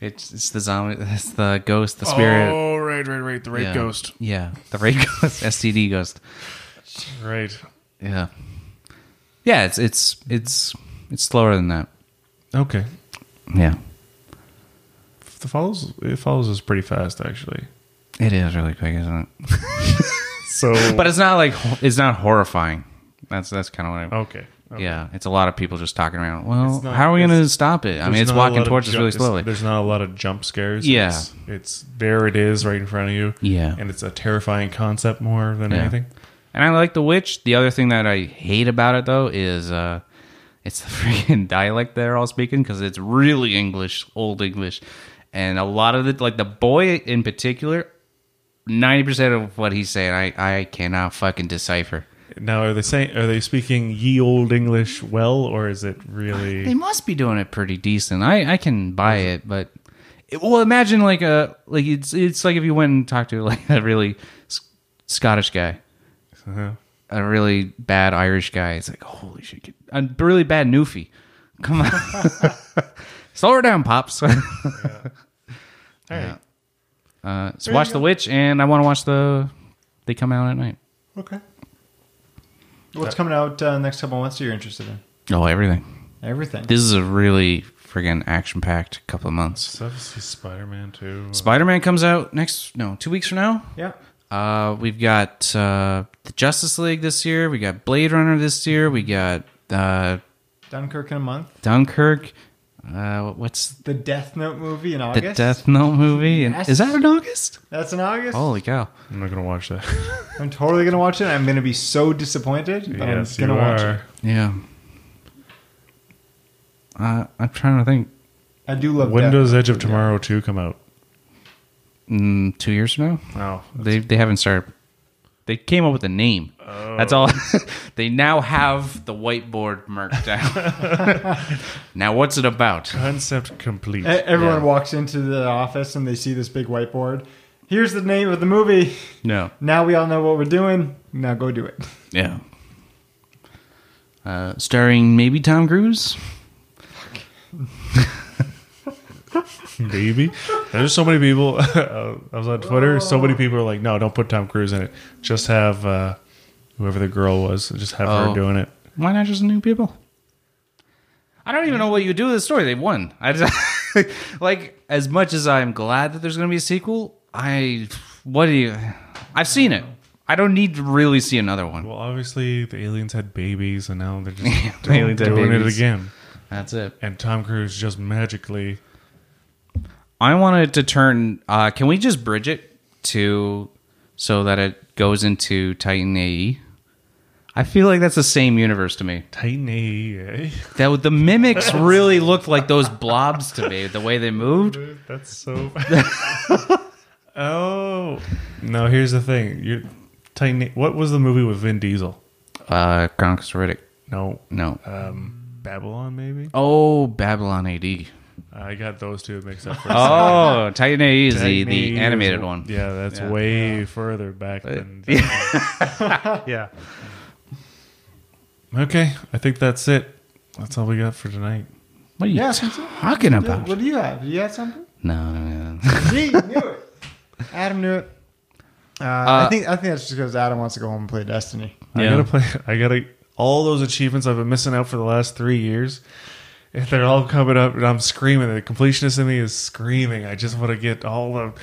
S2: it's, it's the zombie it's the ghost the spirit
S3: Oh, right, right, right. The rape
S2: yeah.
S3: ghost.
S2: yeah the rape ghost std ghost
S3: Right.
S2: yeah yeah it's it's it's it's slower than that
S3: Okay.
S2: yeah
S3: The follows. It follows is pretty fast actually.
S2: it is really quick isn't it
S3: So.
S2: but it's not like it's not horrifying. That's that's kind of what I.
S3: okay. Oh, okay.
S2: Yeah, it's a lot of people just talking around. Well,
S3: It's not-
S2: how are we going to
S3: it's-
S2: stop it? I mean,
S3: There's
S2: it's
S3: not a lot
S2: walking
S3: of
S2: towards us
S3: ju-
S2: really
S3: it's-
S2: slowly.
S3: There's not a lot of jump scares.
S2: Yeah.
S3: It's, it's there. It is right in front of you.
S2: Yeah.
S3: And it's a terrifying concept more than
S2: Yeah.
S3: anything.
S2: And I like the witch. The other thing that I hate about it though is uh, it's the freaking dialect they're all speaking because it's really English, old English, and a lot of the like the boy in particular. Ninety percent of what he's saying, I I cannot fucking decipher.
S3: Now, are they saying? Are they speaking ye old English well, or is it
S2: They
S3: really?
S2: must be doing it pretty decent. I, I can buy it, but it, well, imagine like a like it's it's like if you went and talked to like a really S- Scottish guy,
S3: Uh-huh.
S2: a really bad Irish guy. It's like holy shit, get, a really bad Newfie. Come on, slow her down, pops. uh,
S3: All right.
S2: Uh, so watch The Witch, and I want to watch the. They come out at night.
S1: Okay. What's coming out uh, next couple months that you're interested in?
S2: Oh, everything.
S1: Everything.
S2: This is a really friggin' action packed couple of months.
S3: So obviously, Spider-Man too.
S2: Spider Man comes out next, no, two weeks from now.
S1: yeah.
S2: Uh, we've got uh, the Justice League this year. We got Blade Runner this year. We got uh,
S1: Dunkirk in a month.
S2: Dunkirk. Uh, what's
S1: The Death Note movie in
S2: the
S1: August.
S2: Death Note Oh. movie? And
S1: Yes.
S2: Is that in August?
S1: That's in August.
S2: Holy cow!
S3: I'm not gonna watch that.
S1: I'm totally gonna watch it. I'm gonna be so disappointed. But
S3: yes,
S1: I'm
S3: you
S1: gonna watch it.
S3: are.
S2: Yeah. Uh, I'm trying to think.
S1: I do love
S3: When
S1: Death
S3: does
S1: Note.
S3: Edge of Tomorrow two come out?
S2: Mm, two years from now,
S3: Oh,
S2: they they haven't started. They They came up with a name. That's all.
S1: Oh.
S2: they now have the whiteboard marked down. now, what's it about?
S3: Concept complete.
S1: E- Everyone
S2: Yeah.
S1: walks into the office and they see this big whiteboard. Here's the name of the movie.
S2: No.
S1: Now we all know what we're doing. Now go do it.
S2: Yeah. Uh, starring maybe Tom Cruise.
S3: Maybe there's so many people. uh, I was on Twitter. So many people are like, "No, don't put Tom Cruise in it. Just have uh, whoever the girl was. Just have
S2: Oh.
S3: her doing it."
S2: Why not just new people? I don't even know what you do with this story. They've won. I just, like as much as I'm glad that there's going to be a sequel. I what do you? I've seen it. I don't need to really see another one.
S3: Well, obviously the aliens had babies, and now they're just
S2: The aliens had
S3: doing it
S2: babies.
S3: again.
S2: That's it.
S3: And Tom Cruise just magically.
S2: I wanted to turn. Uh, can we just bridge it to so that it goes into Titan AE? I feel like that's the same universe to me.
S3: Titan AE.
S2: That the mimics really looked like those blobs to me. The way they moved.
S3: That's so. oh no! Here's the thing. You Titan. What was the movie with Vin Diesel?
S2: Uh, Chronicles of Riddick.
S3: No.
S2: No.
S3: Um, Babylon, maybe.
S2: Oh, Babylon AD.
S3: I got those two mixed up. For a second.
S2: Oh, Titan AE is the,
S3: Technique
S2: the animated
S3: is-
S2: one.
S3: Yeah, that's
S2: Yeah.
S3: way further back than. yeah. Okay, I think that's it. That's all we got for tonight.
S2: What are you
S1: Yeah, I think so.
S2: talking
S1: Yeah,
S2: about?
S1: What do you have? Do you have something?
S2: No, no, no.
S1: See, you knew it. Adam knew it. Uh, I think I think that's just because Adam wants to go home and play Destiny.
S3: I
S2: Yeah.
S3: gotta play. I gotta all those achievements I've been missing out for the last three years. If they're all coming up, and I'm screaming. The completionist in me is screaming. I just want to get all the.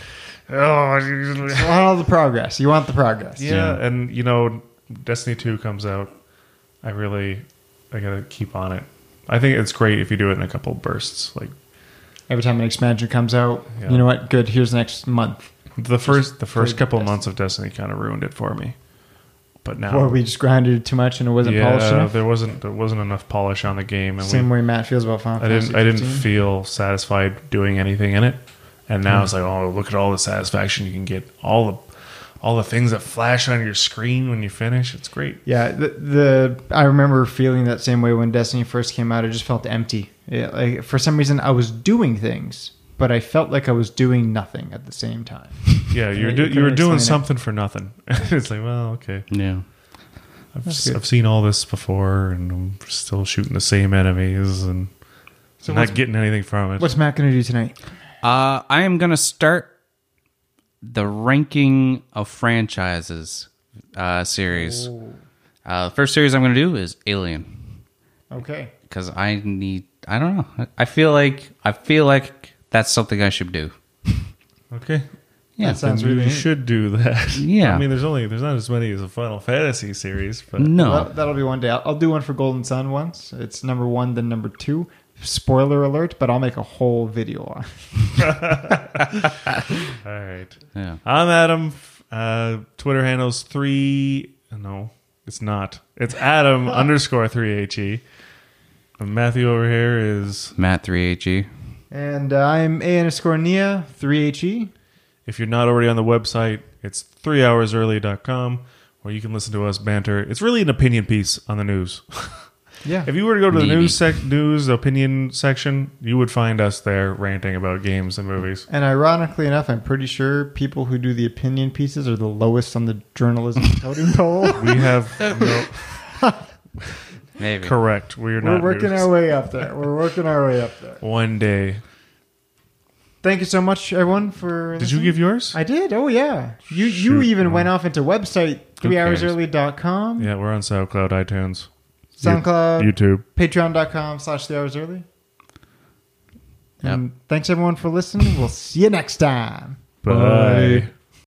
S3: Oh,
S1: You want all the progress. You want the progress.
S3: yeah, and you know, Destiny Two comes out. I really, I gotta keep on it. I think it's great if you do it in a couple bursts. Like
S1: Every time an expansion comes out,
S3: Yeah.
S1: you know what? Good. Here's next month.
S3: the first, the first
S1: play
S3: couple
S1: Destiny.
S3: months of Destiny kind of ruined it for me. But now,
S1: Or we just grinded too much and it wasn't
S3: yeah,
S1: polished enough.
S3: there wasn't there wasn't enough polish on the game, and we,
S1: Same way Matt feels about Final
S3: I didn't
S1: Fantasy
S3: I didn't
S1: 15.
S3: feel satisfied doing anything in it. And
S1: Hmm.
S3: now it's like, oh, look at all the satisfaction you can get, all the all the things that flash on your screen when you finish. It's great.
S1: Yeah, the, the I remember feeling that same way when Destiny first came out. It just felt empty. It, like for some reason, I was doing things, but I felt like I was doing nothing at the same time.
S3: Yeah, you're
S1: you
S3: do, you were
S1: couldn't
S3: doing
S1: explain it.
S3: something for nothing. it's like, well, okay,
S2: Yeah.
S3: I've,
S1: That's
S3: s-
S1: good.
S3: I've seen all this before, and I'm still shooting the same enemies and
S1: So
S3: not
S1: what's-
S3: getting anything from it.
S1: What's Matt going to do tonight?
S2: Uh, I am going to start the ranking of franchises uh, series. Uh, the first series I'm going to do is Alien
S1: Okay.
S2: because I need. I don't know. I feel like I feel like that's something I should do.
S3: Okay,
S2: Yeah.
S1: That sounds
S3: Then
S1: really
S3: you
S1: neat.
S3: should do that.
S2: Yeah.
S3: I mean, there's only there's not as many as a Final Fantasy series, but
S2: no.
S1: Well, that'll be one day. I'll, I'll do one for Golden Sun once. It's number one, then number two. Spoiler alert, but I'll make a whole video on. it.
S3: all right.
S2: yeah.
S3: I'm Adam. Uh, Twitter handles three. No, it's not. It's Adam underscore three H E. Matthew over here is.
S2: Matt three AG.
S1: And uh, I'm A underscore Nia three H E.
S3: If you're not already on the website, it's three hours early.com where you can listen to us banter. It's really an opinion piece on the news.
S1: Yeah.
S3: if you were to go to the
S2: Maybe.
S3: news sec- news opinion section, you would find us there ranting about games and movies.
S1: And ironically enough, I'm pretty sure people who do the opinion pieces are the lowest on the journalism totem pole.
S3: We have no
S2: Maybe.
S3: correct. We are
S1: We're
S3: not
S1: working
S3: news.
S1: our way up there. We're working our way up there.
S3: one day.
S1: Thank you so much, everyone, for.
S3: Did you
S1: listening.
S3: give yours?
S1: I did. Oh yeah. You you
S3: Shoot,
S1: even
S3: no.
S1: went off into website
S2: Who
S1: three hours
S2: cares?
S1: early dot com,
S3: yeah, we're on SoundCloud, iTunes,
S1: SoundCloud,
S3: YouTube.
S1: patreon.com slash three hours early.
S2: Yep.
S1: And thanks everyone for listening. We'll see you next time.
S3: Bye.